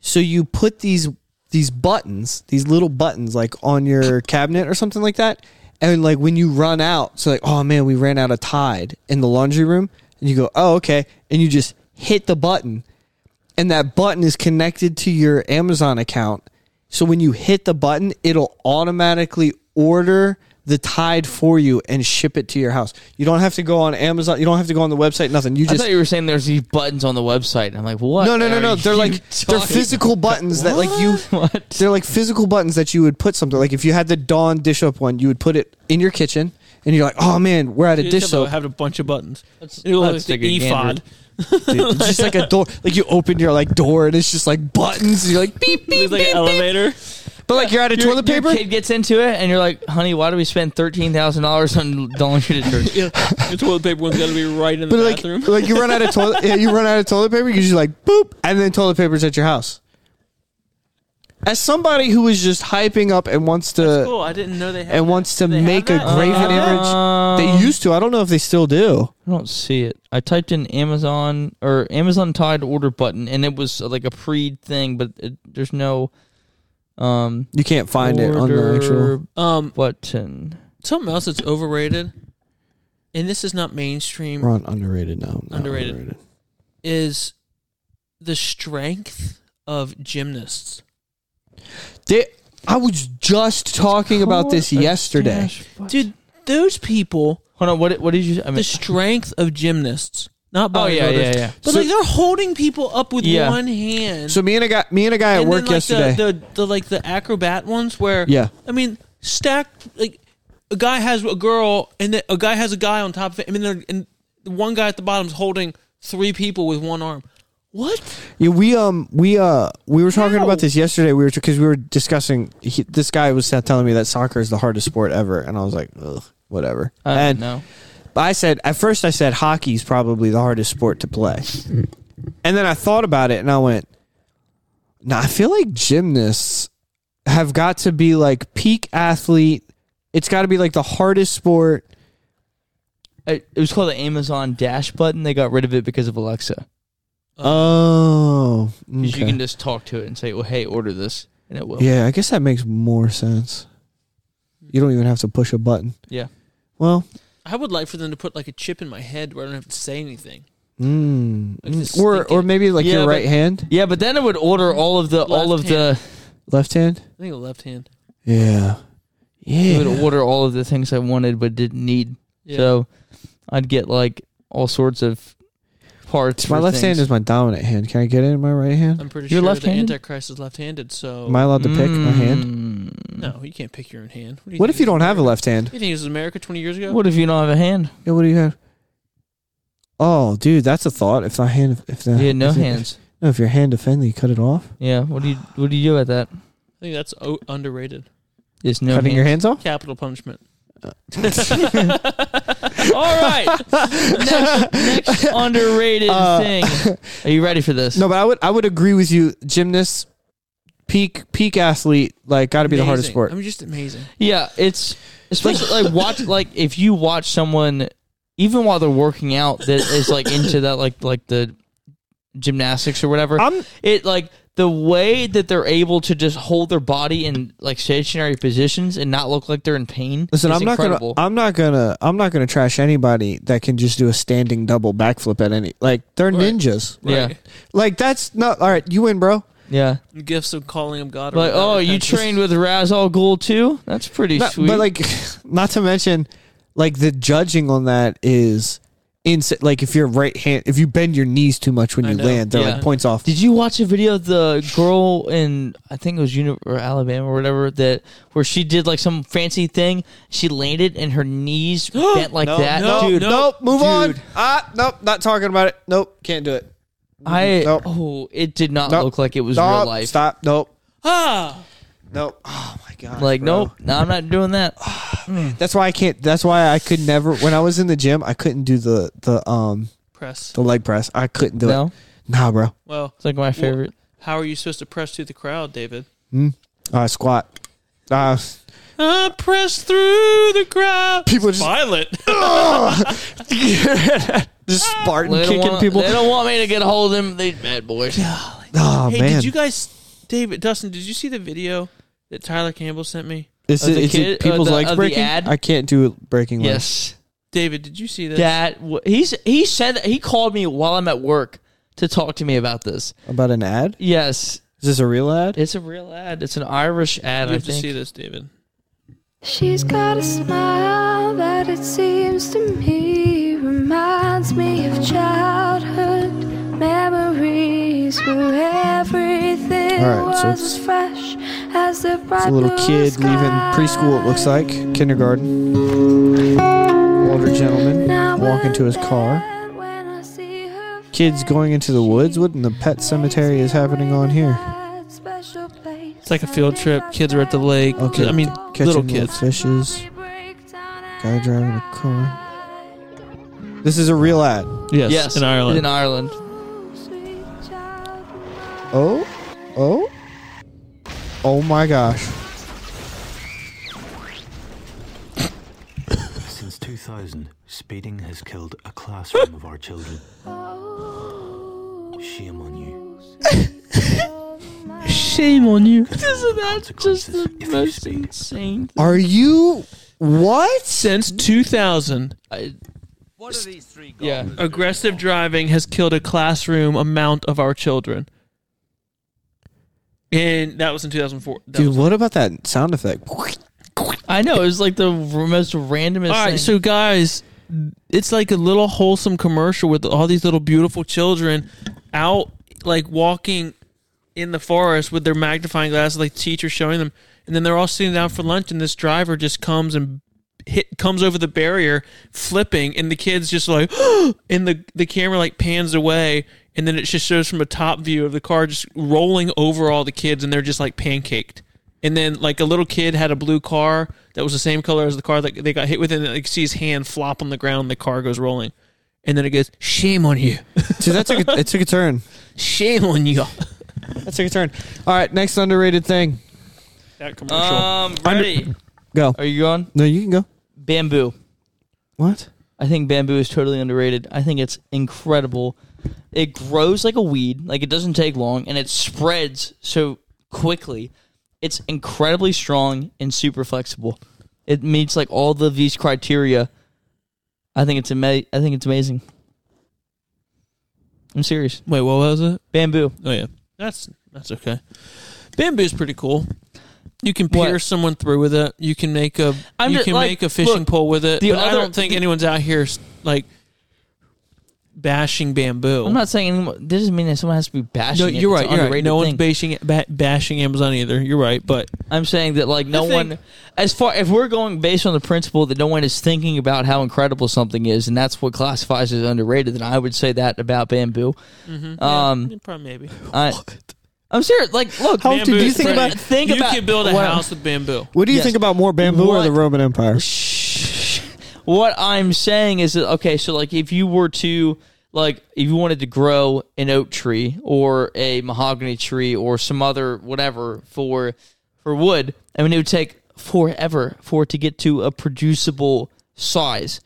So you put these these buttons, these little buttons, like on your cabinet or something like that, and like when you run out, so like, oh man, we ran out of Tide in the laundry room, and you go, oh okay, and you just hit the button, and that button is connected to your Amazon account. So when you hit the button, it'll automatically order the Tide for you and ship it to your house. You don't have to go on Amazon. You don't have to go on the website. Nothing. You
I
just
thought you were saying there's these buttons on the website. and I'm like, what?
no, no, no,
are
no. They're
you
like they're
talking-
physical buttons that like you.
What?
They're like physical buttons that you would put something like if you had the Dawn dish up one, you would put it in your kitchen, and you're like, oh man, we're out of
You
dish
just have,
soap.
a- have a bunch of buttons. E That's,
let's
like the
take a
ephod.
gander.
It's just like a door. Like you open your like door, and it's just like buttons. And you're like beep
It's
beep
like
beep.
an elevator.
But like you're out of
Your-
toilet
your
paper.
kid gets into it, and you're like, honey, why do we spend thirteen thousand dollars on Dollar Tree detergent?
Yeah, your toilet paper one's got to be right in the
But like,
bathroom.
like you run out of toilet, yeah, you run out of toilet paper because you're like boop, and then toilet paper's at your house. As somebody who is just hyping up and wants to,
cool. I didn't know they had
and wants to
They have
make a
that?
graven
Uh,
image.
Um,
They used to. I don't know if they still do.
I Um, don't see it. I typed in Amazon or Amazon Tide order button, and it was uh, like a pre thing, but it, there's no um
You can't find it on the
order
actual.
Um,
button.
something else that's overrated, and this is not mainstream.
We're on underrated now. Not
Underrated. Is the strength of gymnasts?
They- I was just talking about this yesterday.
Dude, those people
Hold on. What did- what did you? I mean,
the strength of gymnasts, not
Oh,
bodybuilders.
yeah, yeah, yeah.
But
So-
like they're holding people up with
Yeah.
one hand.
So me and a guy, me and a guy at
and
work
then, like,
yesterday.
The, the the like the acrobat ones where
Yeah.
I mean stacked like a guy has a girl and then a guy has a guy on top of it. I mean, they're, and the one guy at the bottom's holding three people with one arm. What?
Yeah, we um we uh we were talking
No.
about this yesterday. We were because we were discussing. He, this guy was telling me that soccer is the hardest sport ever, and I was like, Ugh, whatever.
I don't
and
know.
but I said at first I said hockey's probably the hardest sport to play, and then I thought about it and I went, no, I feel like gymnasts have got to be like peak athlete. It's got to be like the hardest sport.
It it was called the Amazon Dash button. They got rid of it because of Alexa.
Oh,
'Cause
okay.
You can just talk to it and say, "Well, hey, order this," and it will.
yeah, I guess that makes more sense. You don't even have to push a button.
Yeah.
Well,
I would like for them to put like a chip in my head where I don't have to say anything.
Mm.
Like just
Or
stick
or
it.
maybe like
Yeah,
your
but-
right hand,
Yeah, but then it would order all of the all of
Left
the
left hand.
I think a left hand.
Yeah,
it would
yeah.
order all of the things I wanted but didn't need.
Yeah.
So I'd get like all sorts of parts.
My
for
left hand
things.
is my dominant hand. Can I get it in my right hand?
I'm pretty
You're
sure
left-handed?
the Antichrist is left-handed.
Oh.
So
Am I allowed to pick my hand?
Mm.
no, you can't pick your own hand. do
What
think
if you
this is
don't have a
America?
left hand?
You think this is America 20 years ago?
What if you don't have a hand?
Yeah, what do you have? Oh, dude, that's a thought. If the hand, if the
You had no
if it-
hands.
no, if your hand offended, you cut it off.
Yeah. What do you What do you do about that?
I think that's o- underrated.
Just no
Cutting your hands off.
Capital punishment. All right.
Next underrated
Uh,
thing. Are you ready for this?
No, but I would I would agree with you. Gymnast, peak peak athlete, like got to be the hardest
Amazing.
sport.
I'm just amazing.
Yeah, it's especially like watch like if you watch someone even while they're working out that is like into that like like the gymnastics or whatever.
I'm-
it like the way that they're able to just hold their body in like stationary positions and not look like they're in pain.
Listen,
is
I'm not
incredible.
gonna, I'm not gonna, I'm not gonna trash anybody that can just do a standing double backflip at any. Like they're ninjas.
Yeah.
Like that's not all right. You win, bro.
Yeah.
Gifts of calling him God. or
Like,
whatever.
oh, you
That's just-
trained with Raz Al Ghul too? That's pretty
Not-
sweet.
but like, not to mention, like the judging on that is insane. Like if your right hand, if you bend your knees too much when
I
you
know.
land, they're
Yeah.
like points off.
Did you watch a video of the girl in I think it was Uni- or Alabama or whatever that where she did like some fancy thing? She landed and her knees bent like that.
no,
Dude,
no.
nope. Move on.
Dude.
Ah, nope. Not talking about it. Nope. Can't do it.
I
Nope.
oh, it did not
Nope.
look like it was
Nope.
real life.
Stop. Nope.
Ah.
Nope. Oh my god.
Like
bro.
nope, no, I'm not doing that.
That's why I can't. That's why I could never. When I was in the gym, I couldn't do the the um
Press.
the leg press. I couldn't do
No,
it. Nah, bro.
Well,
it's like my favorite.
how are you supposed to press through the crowd, David?
Uh, squat. Uh,
I press through the crowd.
People just-
violent.
just Spartan
They don't,
kicking
want,
people.
they don't want me to get a hold of them. They bad boys.
Oh
hey,
man,
did you guys, David, Dustin? Did you see the video that Tyler Campbell sent me?
is
of
it,
the
is
kid-
it people's
of the-
legs
of the
breaking?
ad?
I can't do it breaking legs.
Yes,
David, did you see this?
that w- he's he said that he called me while I'm at work to talk to me about this.
About an ad?
Yes,
Is this a real ad?
It's a real ad. It's an Irish ad,
You
I
have to
think.
see this, David.
She's got a smile that it seems to me reminds me of childhood memories where everything
All right, so it's-
was as fresh as the bright
It's a little
blue
kid
sky.
leaving preschool. It looks like kindergarten. Older gentleman
Now
walking to his
and
car.
then when I see her
Kids going into the woods. What in the pet cemetery is happening on here?
It's like a field trip. Kids are at the lake.
Okay,
I mean,
catching
little
little
kids.
fishes. Guy driving a car. This is a real ad.
Yes,
Yes,
in Ireland.
In Ireland.
Oh, oh, oh my gosh!
Since 2000, speeding has killed a classroom of our children. Shame on you.
Shame on you. Isn't that just
Consequences
the
if you
most
speak.
insane? thing?
Are you what?
Since 2000,
I, yeah.
aggressive driving has killed a classroom amount of our children. And that was in 2004. That
Dude,
was-
what about that sound effect?
I know. It was like the r- most randomest
all right,
thing.
so guys, it's like a little wholesome commercial with all these little beautiful children out, like walking in the forest with their magnifying glasses, like teacher showing them, and then they're all sitting down for lunch, and this driver just comes and hit comes over the barrier flipping and the kids just like "Oh, and the the camera like pans away and then it just shows from a top view of the car just rolling over all the kids and they're just like pancaked and then like a little kid had a blue car that was the same color as the car that they got hit with and like see his hand flop on the ground and the car goes rolling and then it goes shame on you
Dude, that took a, it took a turn.
shame on you
That took a turn. All right, next underrated thing.
that commercial
Um, ready?
Go.
Are you on
No, you can go.
bamboo?
What?
I think bamboo is totally underrated. I think it's incredible. It grows like a weed, like it doesn't take long, and it spreads so quickly. It's incredibly strong and super flexible. It meets like all of these criteria. I think it's ama- I think it's amazing. I'm serious.
wait what was it
Bamboo.
Oh yeah, that's that's okay. Bamboo's pretty cool. You can
What?
pierce someone through with it. You can make a
I'm
you
just-
can
like,
make a fishing
look,
pole with it.
the
But I
other-
don't think
the-
anyone's out here like bashing bamboo.
I'm not saying anyone, this doesn't mean that someone has to be bashing.
No,
it.
you're
It's
right.
an
You're right.
underrated
No one's
thing.
bashing ba- bashing Amazon either. You're right, but
I'm saying that like no
I think-
one, as far if we're going based on the principle that no one is thinking about how incredible something is, and that's what classifies as underrated, then I would say that about bamboo. Um,
probably maybe.
I, I'm serious. Like, look,
How
Bamboo
did you
is
think
pretty.
about?
think
you
about
can build a
what-
house with bamboo.
What do you
Yes.
think about more bamboo or the
What?
Roman Empire?
Shh. What I'm saying is that okay, so like if you were to like if you wanted to grow an oak tree or a mahogany tree or some other whatever for for wood, I mean it would take forever for it to get to a producible size.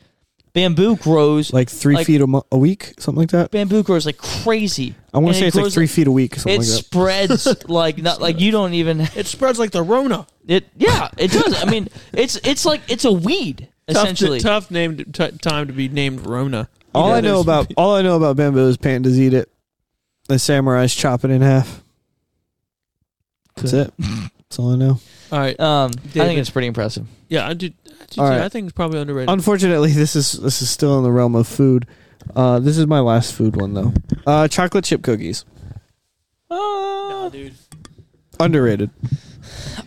Bamboo grows
Like three feet a, mo- a week, something like that.
bamboo grows like crazy.
I want
And
to
it
say it's like
grows-
three feet a week, something
It
like that.
spreads like not like you don't even
It spreads like the Rona.
it yeah it does I mean it's it's like it's a weed
Tough,
essentially
tough name to, t- time to be named Rona.
All
Yeah,
I know
there's-
about all I know about bamboo is pandas eat it. The samurais chop it in half. That's it. That's all I know.
all right.
Um, I
David.
think it's pretty impressive.
Yeah, I do. I, do
All
too.
right.
I think it's probably underrated.
Unfortunately, this is this is still in the realm of food. Uh, this is my last food one though. Uh, chocolate chip cookies,
Nah, dude.
underrated.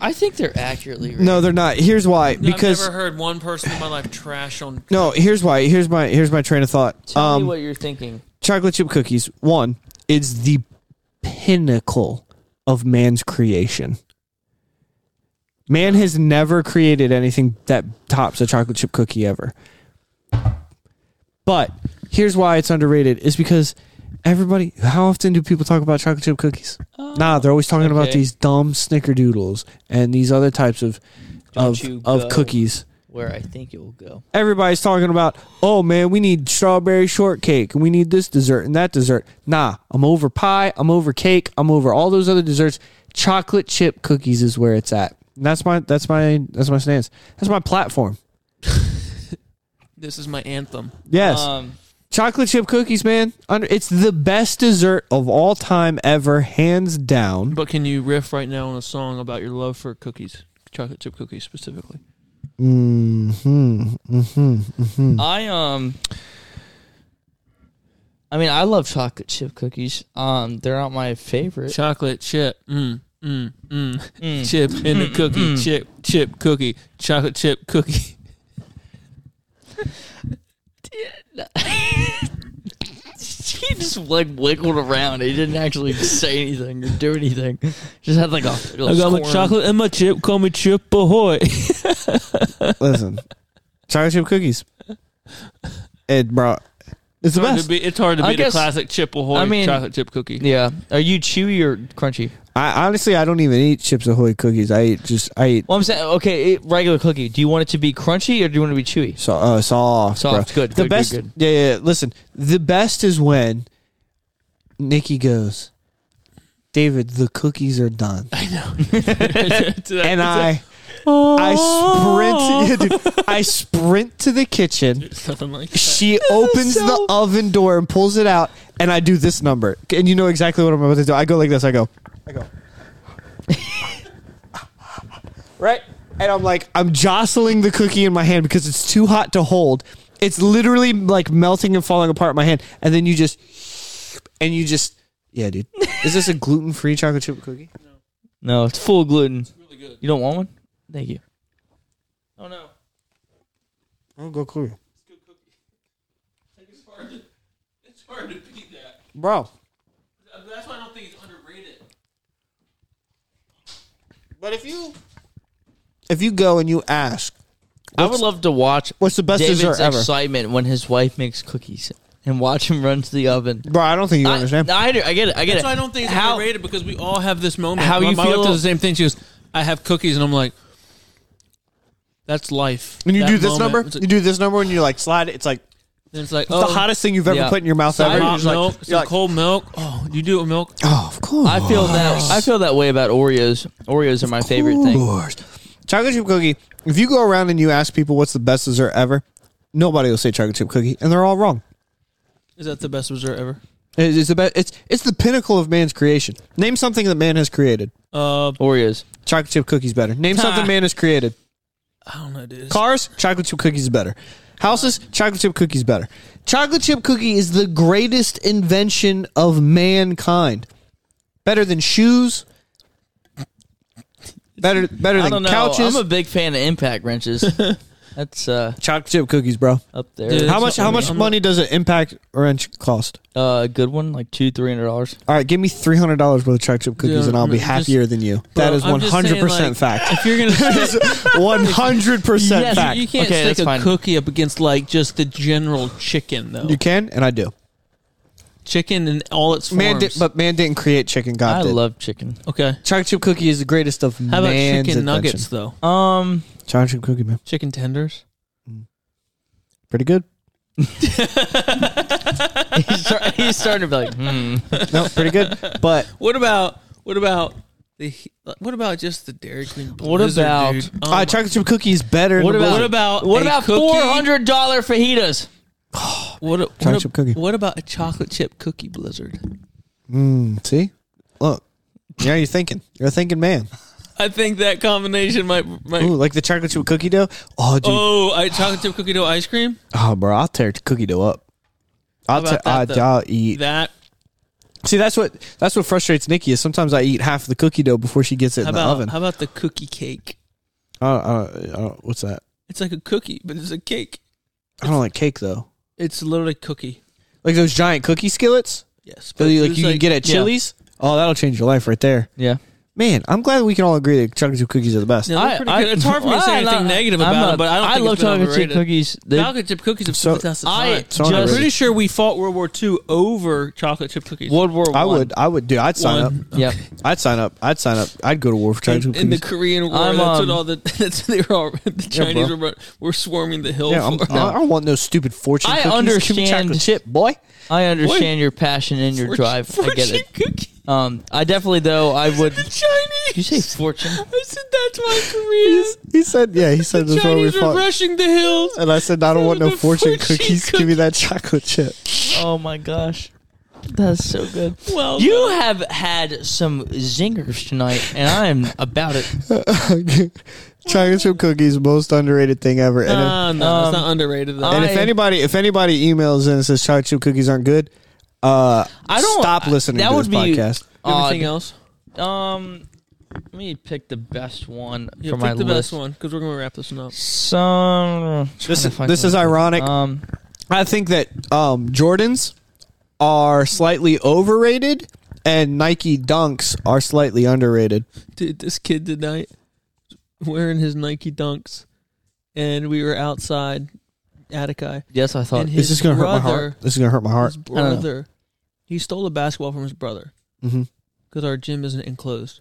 I think they're accurately rated.
No, they're not. Here's why.
I've
Because
never heard one person in my life trash on.
no, here's why. Here's my here's my train of thought.
Tell me
Um,
what you're thinking.
chocolate chip cookies. One, it's the pinnacle of man's creation. Man has never created anything that tops a chocolate chip cookie ever. But here's why it's underrated is because everybody how often do people talk about chocolate chip cookies? nah, they're always talking about
okay.
these dumb snickerdoodles and these other types of of,
you
of
go.
cookies
Where I think it will go.
everybody's talking about, oh man, we need strawberry shortcake and we need this dessert and that dessert. Nah, I'm over pie, I'm over cake, I'm over all those other desserts. Chocolate chip cookies is where it's at. And that's my that's my that's my stance. That's my platform.
This is my anthem.
Yes.
Uh,
Um,
chocolate chip cookies, man. Under it's the best dessert of all time ever, hands down.
But can you riff right now on a song about your love for cookies, chocolate chip cookies specifically?
Mm-hmm,
I um, I mean, I love chocolate chip cookies. Um, they're not my favorite.
Chocolate chip, mm, mm, mm, chip in the cookie, chip, chip cookie, chocolate chip cookie.
he just like wiggled around. He didn't actually say anything or do anything. Just had like a.
I got my
squirm.
chocolate and my chip. Call me Chip Ahoy.
Listen. chocolate chip cookies. It brought it's
It's
the
hard to
best.
be, it's hard to
I
beat a
guess-
classic Chip Ahoy
I mean-
chocolate chip cookie.
Yeah. Are you chewy or crunchy?
I honestly I don't even eat chips ahoy cookies. I eat just I eat
Well, I'm saying okay, it, regular cookie. Do you want it to be crunchy or do you want it to be chewy?
So, uh, soft, bro.
Soft, good,
The
good, good,
best,
good.
Yeah, yeah, yeah. Listen, the best is when Nikki goes, David, the cookies are done, and I, I sprint, yeah, dude, I sprint to the kitchen.
Something like
She opens the oven door and pulls it out, and I do this number, and you know exactly what I'm about to do. I go like this. I go, I go, right, and I'm like, I'm jostling the cookie in my hand because it's too hot to hold. It's literally like melting and falling apart in my hand, and then you just, and you just, yeah, dude. Is this a gluten free chocolate chip cookie?
No, it's full gluten. It's really good. You don't want one? Thank you. Oh no.
I'll go clue.
It's hard to, it's hard to beat that.
Bro.
That's why I don't think it's underrated.
But if you if you go and you ask,
I would love to watch
what's the best
David's
dessert ever?
excitement when his wife makes cookies and watch him run to the oven.
Bro, I don't think you
I,
understand.
no, I, do- I get it. I get
That's
it.
why I don't think it's
How-
underrated because we all have this moment.
How
my,
you
my
feel-
wife does the same thing. She goes, "I have cookies," and I'm like, "That's life."
When you
That
do this
moment,
number,
it's
you
like,
do this number, and you like slide it. It's like
then it's like
it's
oh,
the hottest thing you've ever
yeah.
put in your mouth
Side
ever. You're
hot
just like,
milk,
you're
some
like,
cold milk. Oh, you do it with milk.
oh, of course.
I feel that. I feel that way about Oreos. Oreos are my favorite thing.
course. Chocolate chip cookie. If you go around and you ask people what's the best dessert ever, nobody will say chocolate chip cookie, and they're all wrong.
Is that the best dessert ever?
It- It's the best. It's it's the pinnacle of man's creation. Name something that man has created.
Uh,
Oreos.
Chocolate chip cookies better. Name something man has created.
I don't know, dude.
Cars, chocolate chip cookies is better. Houses, chocolate chip cookies better. Chocolate chip cookie is the greatest invention of mankind. Better than shoes. Better better
I
than
don't know.
couches.
I'm a big fan of impact wrenches. That's uh,
chocolate chip cookies, bro.
up there.
Dude,
How much
not
how
really-
much
I'm not-
money does an impact wrench cost?
Uh, a good one, like two, three hundred dollars.
All right, give me three hundred dollars worth of chocolate chip cookies,
Dude,
and I'll be
I'm just-
happier than you. that
Bro,
is
I'm
one
just saying,
hundred percent
like,
fact.
If you're gonna say
One hundred percent
yes,
fact.
you can't
Okay, that's
stick a
fine.
cookie up against like just the general chicken though.
You can, and I do.
chicken in all its forms.
Man, did, but man didn't create chicken. God
I
did.
love chicken.
okay.
Chocolate chip cookie is the greatest of
How about
man's
chicken nuggets
invention. Uh,
though?
Um,
Chocolate chip cookie, man,
Chicken tenders.
pretty good.
he's, start, he's starting to be like, hmm.
No, pretty good. But
What about what about the what about just the Dairy Queen?
What
Blizzard,
about-
dude? Oh
uh,
my-
chocolate chip cookie is better.
what
than
about
Blizzard.
what about
What
a
about
cookie?
four hundred dollar fajitas?
What, a-
Chocolate
what, a-
chip cookie.
what about a chocolate chip cookie blizzard?
Mm, see, look, yeah, you're thinking. You're a thinking man.
I think that combination might might.
Ooh, like the chocolate chip cookie dough. Oh, dude. Oh,
Oh, I, chocolate chip cookie dough ice cream.
bro, I'll tear cookie dough up. I'll,
about
te- I-
that, though?
I'll eat.
That
See, that's what that's what frustrates Nikki is sometimes I eat half of the cookie dough before she gets it
how
in
about
the oven.
how about the cookie cake?
I don't, I don't, I don't, what's that?
It's like a cookie, but it's a cake.
I don't like cake though.
It's literally cookie.
Like those giant cookie skillets
Yes,
that you, like
it's
you can get at
yeah.
Chili's. Oh, that'll change your life right there.
Yeah,
Man, I'm glad we can all agree that chocolate chip cookies are the best.
No, they're pretty good. It's hard for me to say
I-
anything
I-
negative
I'm
about
a-
them, but I don't
I
think
love
it's been
chocolate chip
overrated.
cookies. They-
chocolate chip cookies have
So-
so, us
I
It's all
just
underrated.
pretty sure we fought World War II over chocolate chip cookies.
World War
I
One.
would, I would do. I'd sign
One.
up.
Yeah,
I'd sign up. I'd sign up. I'd go to war for chocolate
in,
chip
in the
cookies.
Korean War,
I'm,
that's
um,
what all the that's they were all the Chinese
bro.
were, were swarming the hill
yeah, I'm,
for.
I don't want no stupid fortune.
I
cookies. Give me
understand-
chocolate chip, boy.
I understand your passion and your
Fortune-
drive. I get
fortune
it.
Cookie.
Um, I definitely though I would.
The Chinese.
You say fortune?
I said that's why Korean.
He said, "Yeah, he said
the
that's why we
Chinese were
fought."
rushing the hills.
And I said, "I don't want no
The
fortune,
fortune
cookies. Give me that chocolate chip."
Oh my gosh, that's so good.
Well,
You
done.
have had some zingers tonight, and I am about it.
chocolate chip cookies, most underrated thing ever. And, if-
Uh, no, it's not underrated though.
and
Um, I-
if anybody, if anybody emails in and says chocolate chip cookies aren't good, uh,
I don't
stop listening
that
to
would
this
be
podcast.
odd.
Everything else,
Um, let me pick the best one
yeah,
for
pick
my
the
list.
best one because we're gonna wrap this one up.
Some.
This
trying to
is
find
this is
one.
ironic.
Um,
I think that um, Jordans are slightly overrated, and Nike Dunks are slightly underrated.
Dude, this kid tonight wearing his Nike Dunks, and we were outside Attica.
yes, I thought.
And
Is
his
this gonna hurt my
brother-
heart? This is gonna hurt my heart.
His
don't know.
brother, he stole a basketball from his brother
hmm
because our gym isn't enclosed,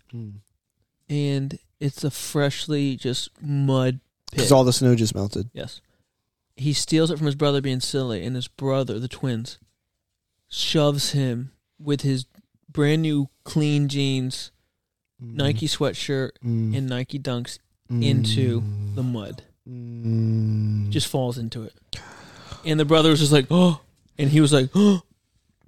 and it's a freshly just mud pit.
Because all the snow just melted.
yes, he steals it from his brother being silly, and his brother, the twins, shoves him with his brand new clean jeans,
Mm-hmm.
Nike sweatshirt,
Mm.
and Nike Dunks into the mud.
Mm.
Just falls into it. And the brother was just like, oh. And he was like, oh.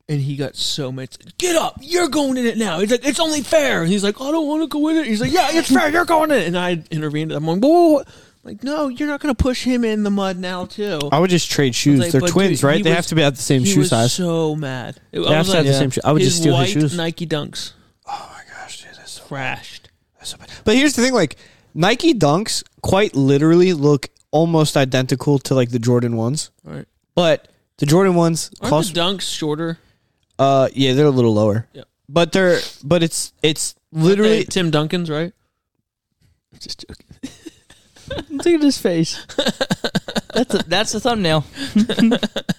And he got so much. Get up! You're going in it now. He's like, it's only fair. And he's like, I don't want to go in it. He's like, yeah, it's fair. You're going in it. And I intervened. I'm like, whoa, whoa, whoa. like, no, you're not going to push him in the mud now, too.
I would just trade shoes.
like,
They're
but dude,
twins, right?
he
They
was-
have to be at the same
he
shoe
was
size.
So mad. It,
have to have the same shoe. I would just steal his
white
shoes.
Nike Dunks
Oh Gosh, dude, that's so-
crashed.
that's so bad. But here's the thing: like Nike Dunks, quite literally look almost identical to like the Jordan ones,
Right.
but the Jordan ones
Aren't
cost
the dunks shorter?
uh yeah, they're a little lower.
Yep.
But they're but it's it's
Literally,
literally
Tim Duncan's right. Just joking. Look at his face.
That's a, that's the thumbnail.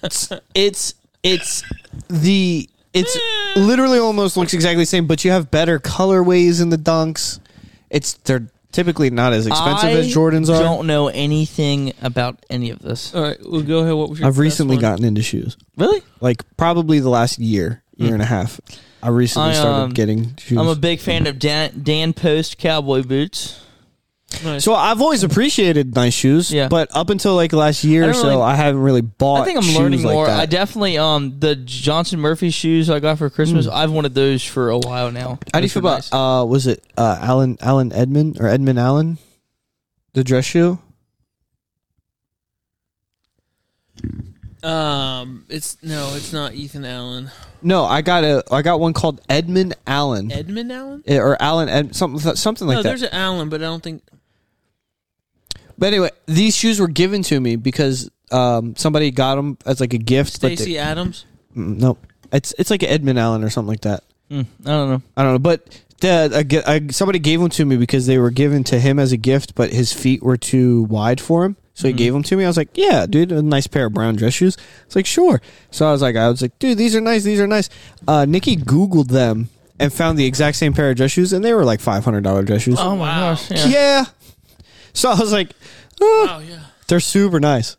it's it's it's the it's literally almost looks exactly the same, but you have better colorways in the dunks. It's they're typically not as expensive
I
as Jordans are.
Don't know anything about any of this.
All right, we'll go ahead. What was your?
I've
best
recently
one?
gotten into shoes.
Really?
Like probably the last year, year and a half. I recently
Hmm. I,
started
um,
getting shoes.
I'm a big fan of Dan, Dan Post cowboy boots.
Nice.
so I've always appreciated nice shoes,
Yeah.
but up until like last year
I
or
don't
so,
really-
I haven't really bought.
I think I'm
shoes
learning
like
more.
that.
I definitely um the Johnson Murphy shoes I got for Christmas. I've wanted those for a while now.
Hmm. How do you
Those
feel
were
about
nice.
uh was it uh Alan Alan Edmond or Edmund Allen? The dress shoe?
Um, it's no, it's not Ethan Allen.
No, I got a I got one called Edmund Allen.
Edmund Allen?
Eh, or Allen Ed, something something like
no,
that.
there's an Allen, but I don't think.
but anyway, these shoes were given to me because um somebody got them as like a gift. but
Stacy
they-
Adams.
Mm, nope. It's it's like an Edmund Allen or something like that.
Mm, I don't know.
I don't know, but the I ge- I- somebody gave them to me because they were given to him as a gift, but his feet were too wide for him, so he gave them to me. I was like, "Yeah, dude, a nice pair of brown dress shoes." It's like, "Sure." So I was like, "I was like, dude, these are nice. These are nice." Uh, Nikki Googled them and found the exact same pair of dress shoes, and they were like five hundred dollar dress shoes.
Oh my
Wow.
gosh.
yeah.
Yeah.
So I was like, "Oh,
Oh yeah.
they're super nice."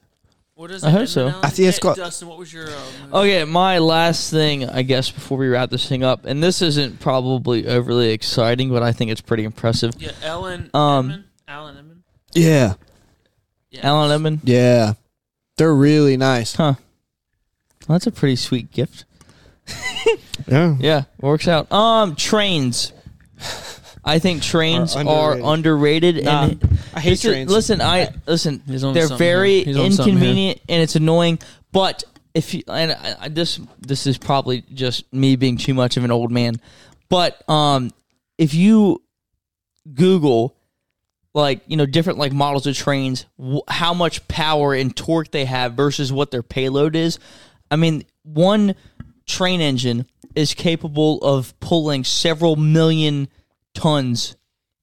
What is?
I
it,
hope
Edmund
so.
Allen?
I think it's
Yeah,
called- Oh.
Dustin. What was your? Um,
Okay, my last thing, I guess, before we wrap this thing up, and this isn't probably overly exciting, but I think it's pretty impressive.
yeah, Ellen.
Um,
Edmund? Allen Edmund.
Yeah,
Yeah.
Alan Edmond,
yeah, they're really nice.
huh? Well, that's a pretty sweet gift.
Yeah,
Yeah, works out. Um, trains. I think trains
Are
are
underrated.
underrated. and
I hate
Listen-
trains.
Listen, I listen.
He's on
They're
something
very
here. He's on something
inconvenient and it's annoying. But if you and I, I, this this is probably just me being too much of an old man, but um, if you Google like you know different like models of trains, wh- how much power and torque they have versus what their payload is, I mean one train engine is capable of pulling several million tons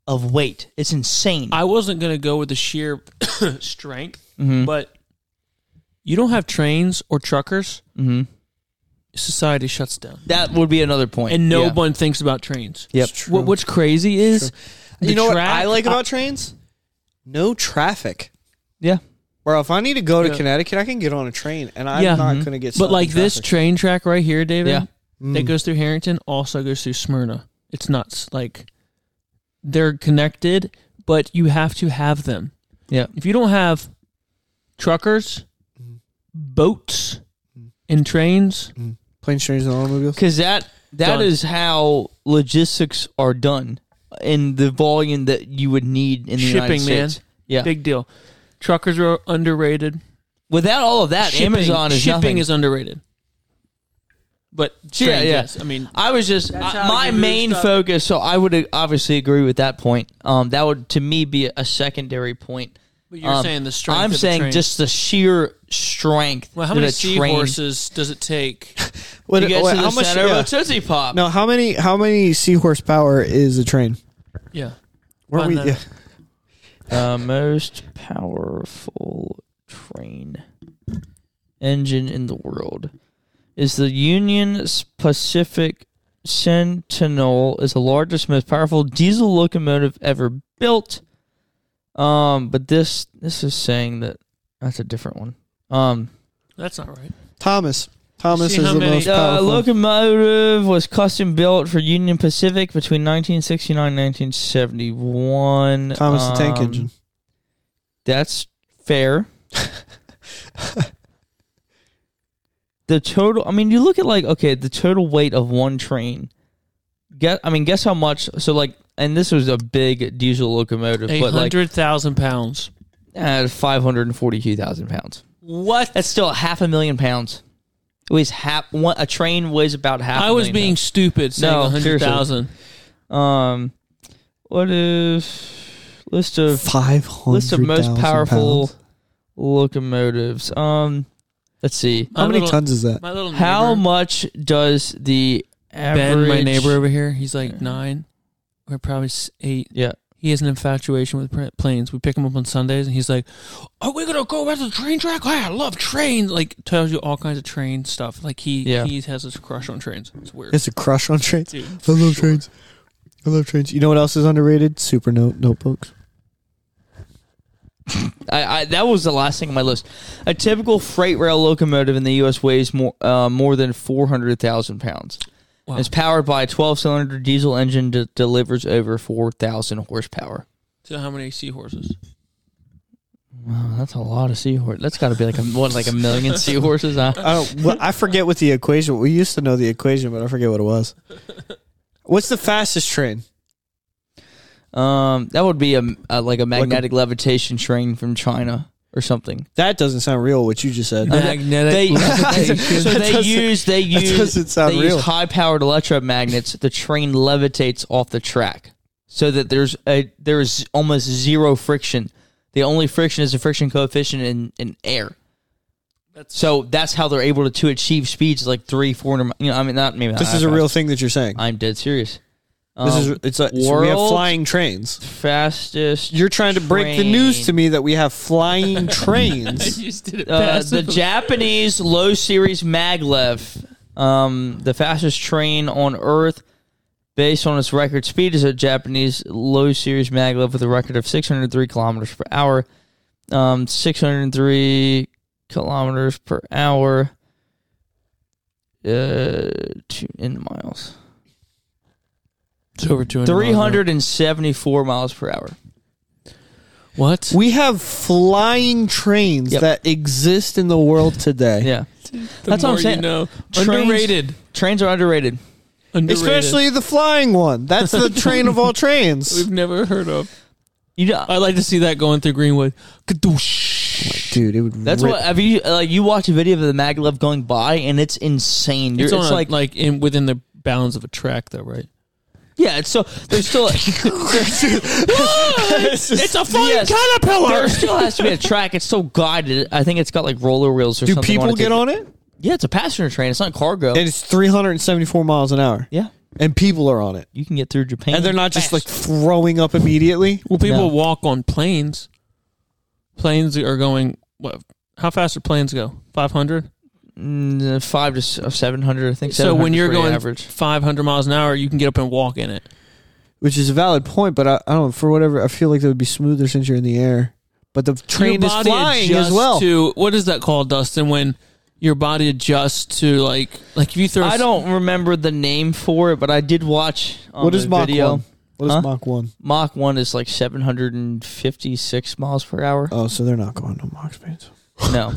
of weight. It's insane.
I wasn't gonna go with the sheer strength,
Mm-hmm.
but you don't have trains or truckers.
Mm-hmm.
Society shuts down,
That would be another point.
and no
Yeah.
one thinks about trains.
Yep.
What, what's crazy is, the
you know what
track-
I like about trains? No traffic.
Yeah.
Bro, if I need to go to
Yeah.
Connecticut, I can get on a train, and I'm
Yeah.
not
Mhm.
going to get. stuck
But
in
like this
traffic. Mm.
train track right here, David,
Mm-hmm. Yeah.
that goes through Harrington, also goes through Smyrna. It's nuts. Like they're connected, but you have to have them.
Yeah.
If you don't have truckers,
Mm.
boats, and trains,
Mm.
planes, trains, and automobiles.
Cuz that that
Done.
is how logistics are done in the volume that you would need in the United
Shipping, man.
States. Yeah.
big deal. Truckers are underrated.
Without all of that, Amazon is
shipping
nothing.
is underrated. But
Yeah,
trains,
yeah.
yes. I mean,
I was just
how
I- my
you move
main
stuff.
focus. So I would obviously agree with that point. Um, that would to me be a secondary point.
but you're
Um,
saying the strength.
I'm
of the
saying
train.
just the sheer strength.
Well, how
that
many
a train- uh,
seahorses does it take
What,
to get
what-
to the
how much?
center
yeah.
of a tootsie pop?
No, how many? How many sea horsepower is a train?
Yeah.
Where
Find
we?
that
Yeah.
out.
The Uh, most powerful train engine in the world is the Union Pacific Sentinel. is the largest, most powerful diesel locomotive ever built. Um, but this this is saying that that's a different one. Um,
That's not right.
Thomas. Thomas
See
is
how
the
many- uh,
most
the
powerful.
locomotive was custom built for Union Pacific between 1969 and 1971.
Thomas the Tank
Um,
Engine.
That's fair. the total. I mean, you look at like okay, the total weight of one train. Get. I mean, guess how much? So like, and this was a big diesel locomotive,
Eight
but like
hundred thousand pounds.
uh, five hundred and forty-two thousand pounds.
What?
That's still half a million pounds. It weighs half. One, a train weighs about half.
I
a
was
million
being stupid saying
No,
a hundred
seriously.
thousand.
pounds. Um, what is list of
Five hundred.
list of most powerful locomotives. Um, let's see.
How
My
many
little-
tons is that?
My little
How
neighbor,
much does the average
Ben, my neighbor over here, he's like nine or probably s- eight.
Yeah.
He has an infatuation with pr- planes. We pick him up on Sundays, and he's like, "Are we gonna go back to the train track? I love trains." Like tells you all kinds of train stuff. Like he
Yeah.
he has this crush on trains. It's weird.
It's a crush on trains.
Dude,
I love trains. I love trains. You know what else is underrated? Super note notebooks.
I, I that was the last thing on my list. A typical freight rail locomotive in the U.S. weighs more uh, more than four hundred thousand pounds.
Wow.
It's powered by a twelve cylinder diesel engine that delivers over four thousand horsepower.
So how many seahorses?
Wow, that's a lot of seahorse. That's got to be like a what, like a million seahorses. Huh?
I don't. well, I forget what the equation. We used to know the equation, but I forget what it was. What's the fastest train?
Um, that would be a, a like a magnetic levitation train from China or something.
That doesn't sound real. What you just said.
Magnetic.
They,
levitation.
so they
doesn't-
use they
that
use
doesn't sound
they
real.
use high powered electromagnets. The train levitates off the track so that there's a there is almost zero friction. The only friction is the friction coefficient in, in air. so that's how they're able to, to achieve speeds like three, four hundred. mi- You know, I mean, not maybe. not
This
high
is a
fast.
real thing that you're saying.
I'm dead serious.
This
Um,
is it's a, so we have
world
flying trains.
fastest.
You're trying to break the news to
train.
me that we have flying trains.
just did it
Uh, the
passively.
Japanese low series maglev, um, the fastest train on Earth, based on its record speed, is a Japanese low series maglev with a record of 603 kilometers per hour. Um, 603 kilometers per hour. Uh, two in miles.
It's over two hundred.
374 miles per hour.
What?
we have flying trains
Yep.
that exist in the world
Eh.
today.
Yeah,
The
that's what I'm
more you
saying.
know.
Trains-
Underrated.
trains are underrated.
Underrated.
Especially the flying one. That's the train of all trains.
we've never heard of.
You know,
I'd like to see that going through Greenwood. Kadoosh.
Dude, it would
That's
rip-
what have you like? You watch a video of the maglev going by, and it's insane. You're,
It's,
it's
on a-
like,
like like in within the bounds of a track, though, right?
yeah, it's so there's still
it's a flying
Yes.
caterpillar.
there still has to be a track. It's so guided. I think it's got like roller wheels or
Do
something.
people
it to
get
take-
on it?
Yeah, it's a passenger train. It's not cargo.
And it's 374 miles an hour.
yeah,
And people are on it.
you can get through Japan,
And they're not just like
fast.
throwing up immediately.
Well, people
No.
walk on planes. Planes are going what? How fast do planes go? Five hundred.
Mm, five to seven hundred. I think
So when
700 is
you're
pretty
going
average,
five hundred miles an hour, you can get up and walk in it.
Which is a valid point, but I, I don't for whatever I feel like that would be smoother since you're in the air. But the train
Your
is
body
flying as
adjusts
well.
To what is that called, Dustin? When your body adjusts to like like if you throw.
I don't remember the name for it, but I did watch. On
What is
the
Mach
video.
1? What is
Huh?
Mach 1?
Mach one is like seven hundred and fifty six miles per hour.
Oh, so they're not going on Mach speeds.
No.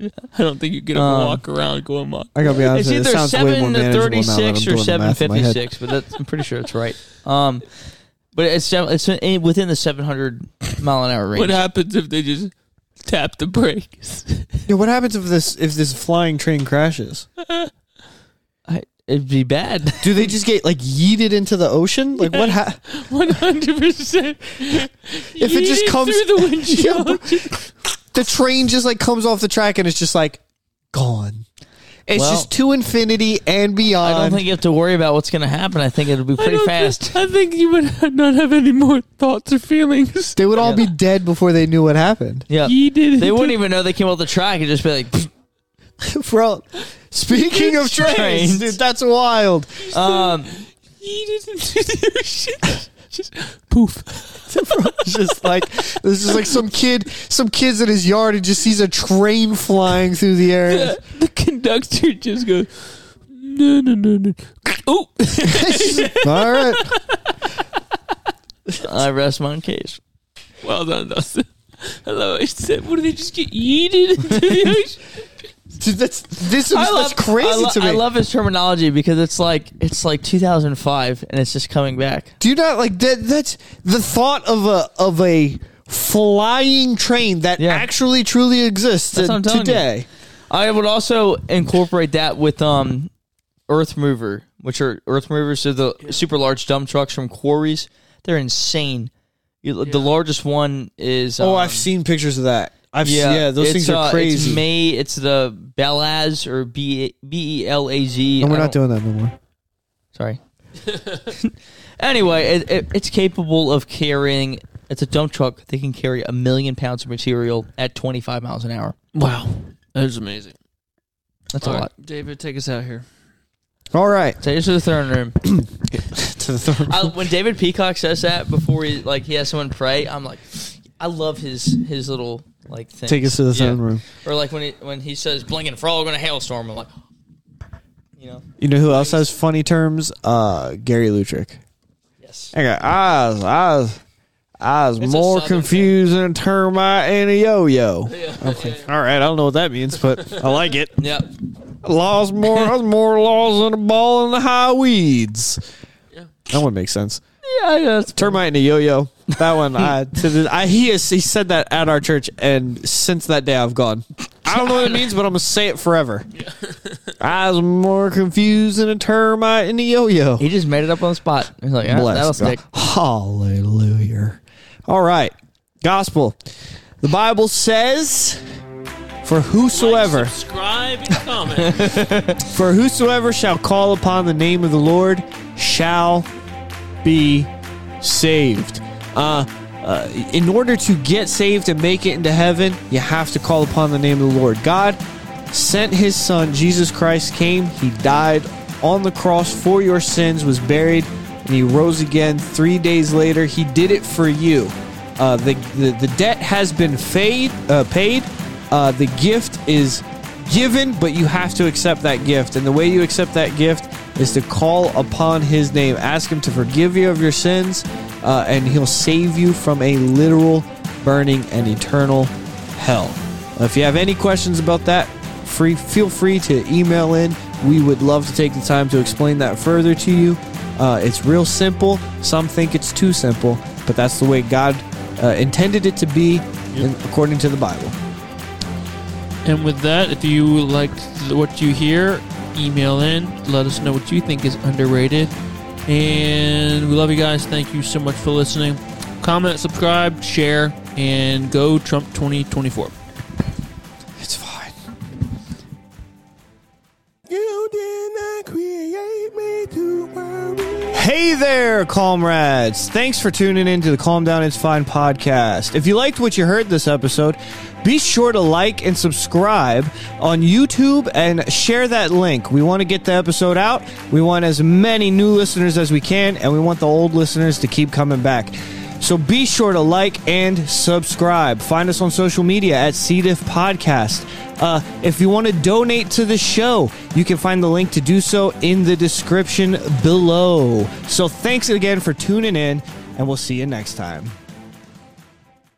I don't think you get up and
Um,
walk around going muck.
I gotta be honest,
It's
with you, it
either
sounds way more
seven to
manageable
thirty
now that I'm
six or
doing the
seven
math in my
fifty
head.
six, but that's, I'm pretty sure it's right. Um, but it's down- it's in- within the seven hundred mile an hour range.
What happens if they just tap the brakes?
Yeah, what happens if this if this flying train crashes?
I, it'd be bad.
Do they just get like yeeted into the ocean? Like what? Ha-
One hundred percent.
if it just comes
through the windshield,
Yeah, but the train just like comes off the track and it's just like gone. It's
Well-
just to infinity and
I
beyond.
don't think you have to worry about what's going to happen. I think it'll be
I
pretty
don't
fast.
Think, I think you would not have any more thoughts or feelings.
they would all be dead before they knew what happened.
Yeah,
He did.
they wouldn't even know they came off the track and just be like, "Pfft."
Bro, speaking of trains,
Trains.
dude, that's wild.
um,
He didn't do your shit. Just poof.
It's just like this is like some kid, some kids in his yard, and just sees a train flying through the air.
The conductor just goes. No, no, no, no. Oh,
all right.
I rest my case.
well done, Dustin. Hello, I said. What did they just get yeeted into the ocean?
Dude, that's this is that's crazy
I, lo-
to me.
I love his terminology because it's like it's like 2005 and it's just coming back.
Do you not like that? That's the thought of a of a flying train that
Yeah.
actually truly exists
That's what I'm telling you.
today.
I would also incorporate that with um, Earth Mover, which are Earth Movers are the super large dump trucks from quarries. They're insane. You, The largest one is um,
Oh, I've seen pictures of that. Oh, I've yeah, yeah those
it's,
things are
uh,
crazy.
It's May. It's the Belaz or B B E L A Z.
and we're
I
not
don't-
doing that no more.
Sorry. anyway, it, it, it's capable of carrying. It's a dump truck that can carry a million pounds of material at 25 miles an hour.
Wow, that is amazing.
That's
All
a
right,
lot.
David, take us out here.
All right,
So this is the throne room.
to the third.
I, when David Peacock says that before he like he has someone pray, I'm like, I love his his little like thing.
Take us to the throne room.
Or like when he when he says blinking frog in a hailstorm, I'm like, you know,
You know who else has funny terms? Uh, Gary Lutrick.
yes.
I got eyes, eyes, eyes
It's a
more
southern
confused than a termite and a yo-yo. okay. All right, I don't know what that means, but I like it.
Yeah.
Laws more, I was more laws than a ball in the high weeds. That one makes sense.
Yeah, that's
Termite and a yo-yo. That one, I, to this, I he has, he said that at our church, and since that day I've gone. I don't know what it means, but I'm gonna say it forever. I was more confused than a termite and a yo-yo.
He just made it up on the spot. He's like, yeah,
Bless
that'll
God.
stick.
Hallelujah. All right. Gospel. The Bible says for whosoever
subscribe, and comment.
for whosoever shall call upon the name of the Lord shall be saved. Uh, uh, in order to get saved and make it into heaven, you have to call upon the name of the Lord. God sent his son, Jesus Christ, came, he died on the cross for your sins, was buried, and he rose again three days later. He did it for you. Uh, the, the, the debt has been fade, uh, paid, uh, the gift is given, but you have to accept that gift. And the way you accept that gift is to call upon His name, ask Him to forgive you of your sins, uh, and He'll save you from a literal burning and eternal hell. If you have any questions about that, free feel free to email in. We would love to take the time to explain that further to you. Uh, it's real simple. Some think it's too simple, but that's the way God uh, intended it to be, in- according to the Bible.
and with that, if you liked what you hear, email in. Let us know what you think is underrated. And we love you guys. Thank you so much for listening. Comment, subscribe, share, and go Trump 2024.
It's fine.
You did not create me to worry.
Hey there, comrades. Thanks for tuning in to the Calm Down It's Fine podcast. If you liked what you heard this episode, be sure to like and subscribe on YouTube and share that link. We want to get the episode out. We want as many new listeners as we can, and we want the old listeners to keep coming back. So be sure to like and subscribe. Find us on social media at CDiff Podcast. Uh, if you want to donate to the show, you can find the link to do so in the description below. So thanks again for tuning in, and we'll see you next time.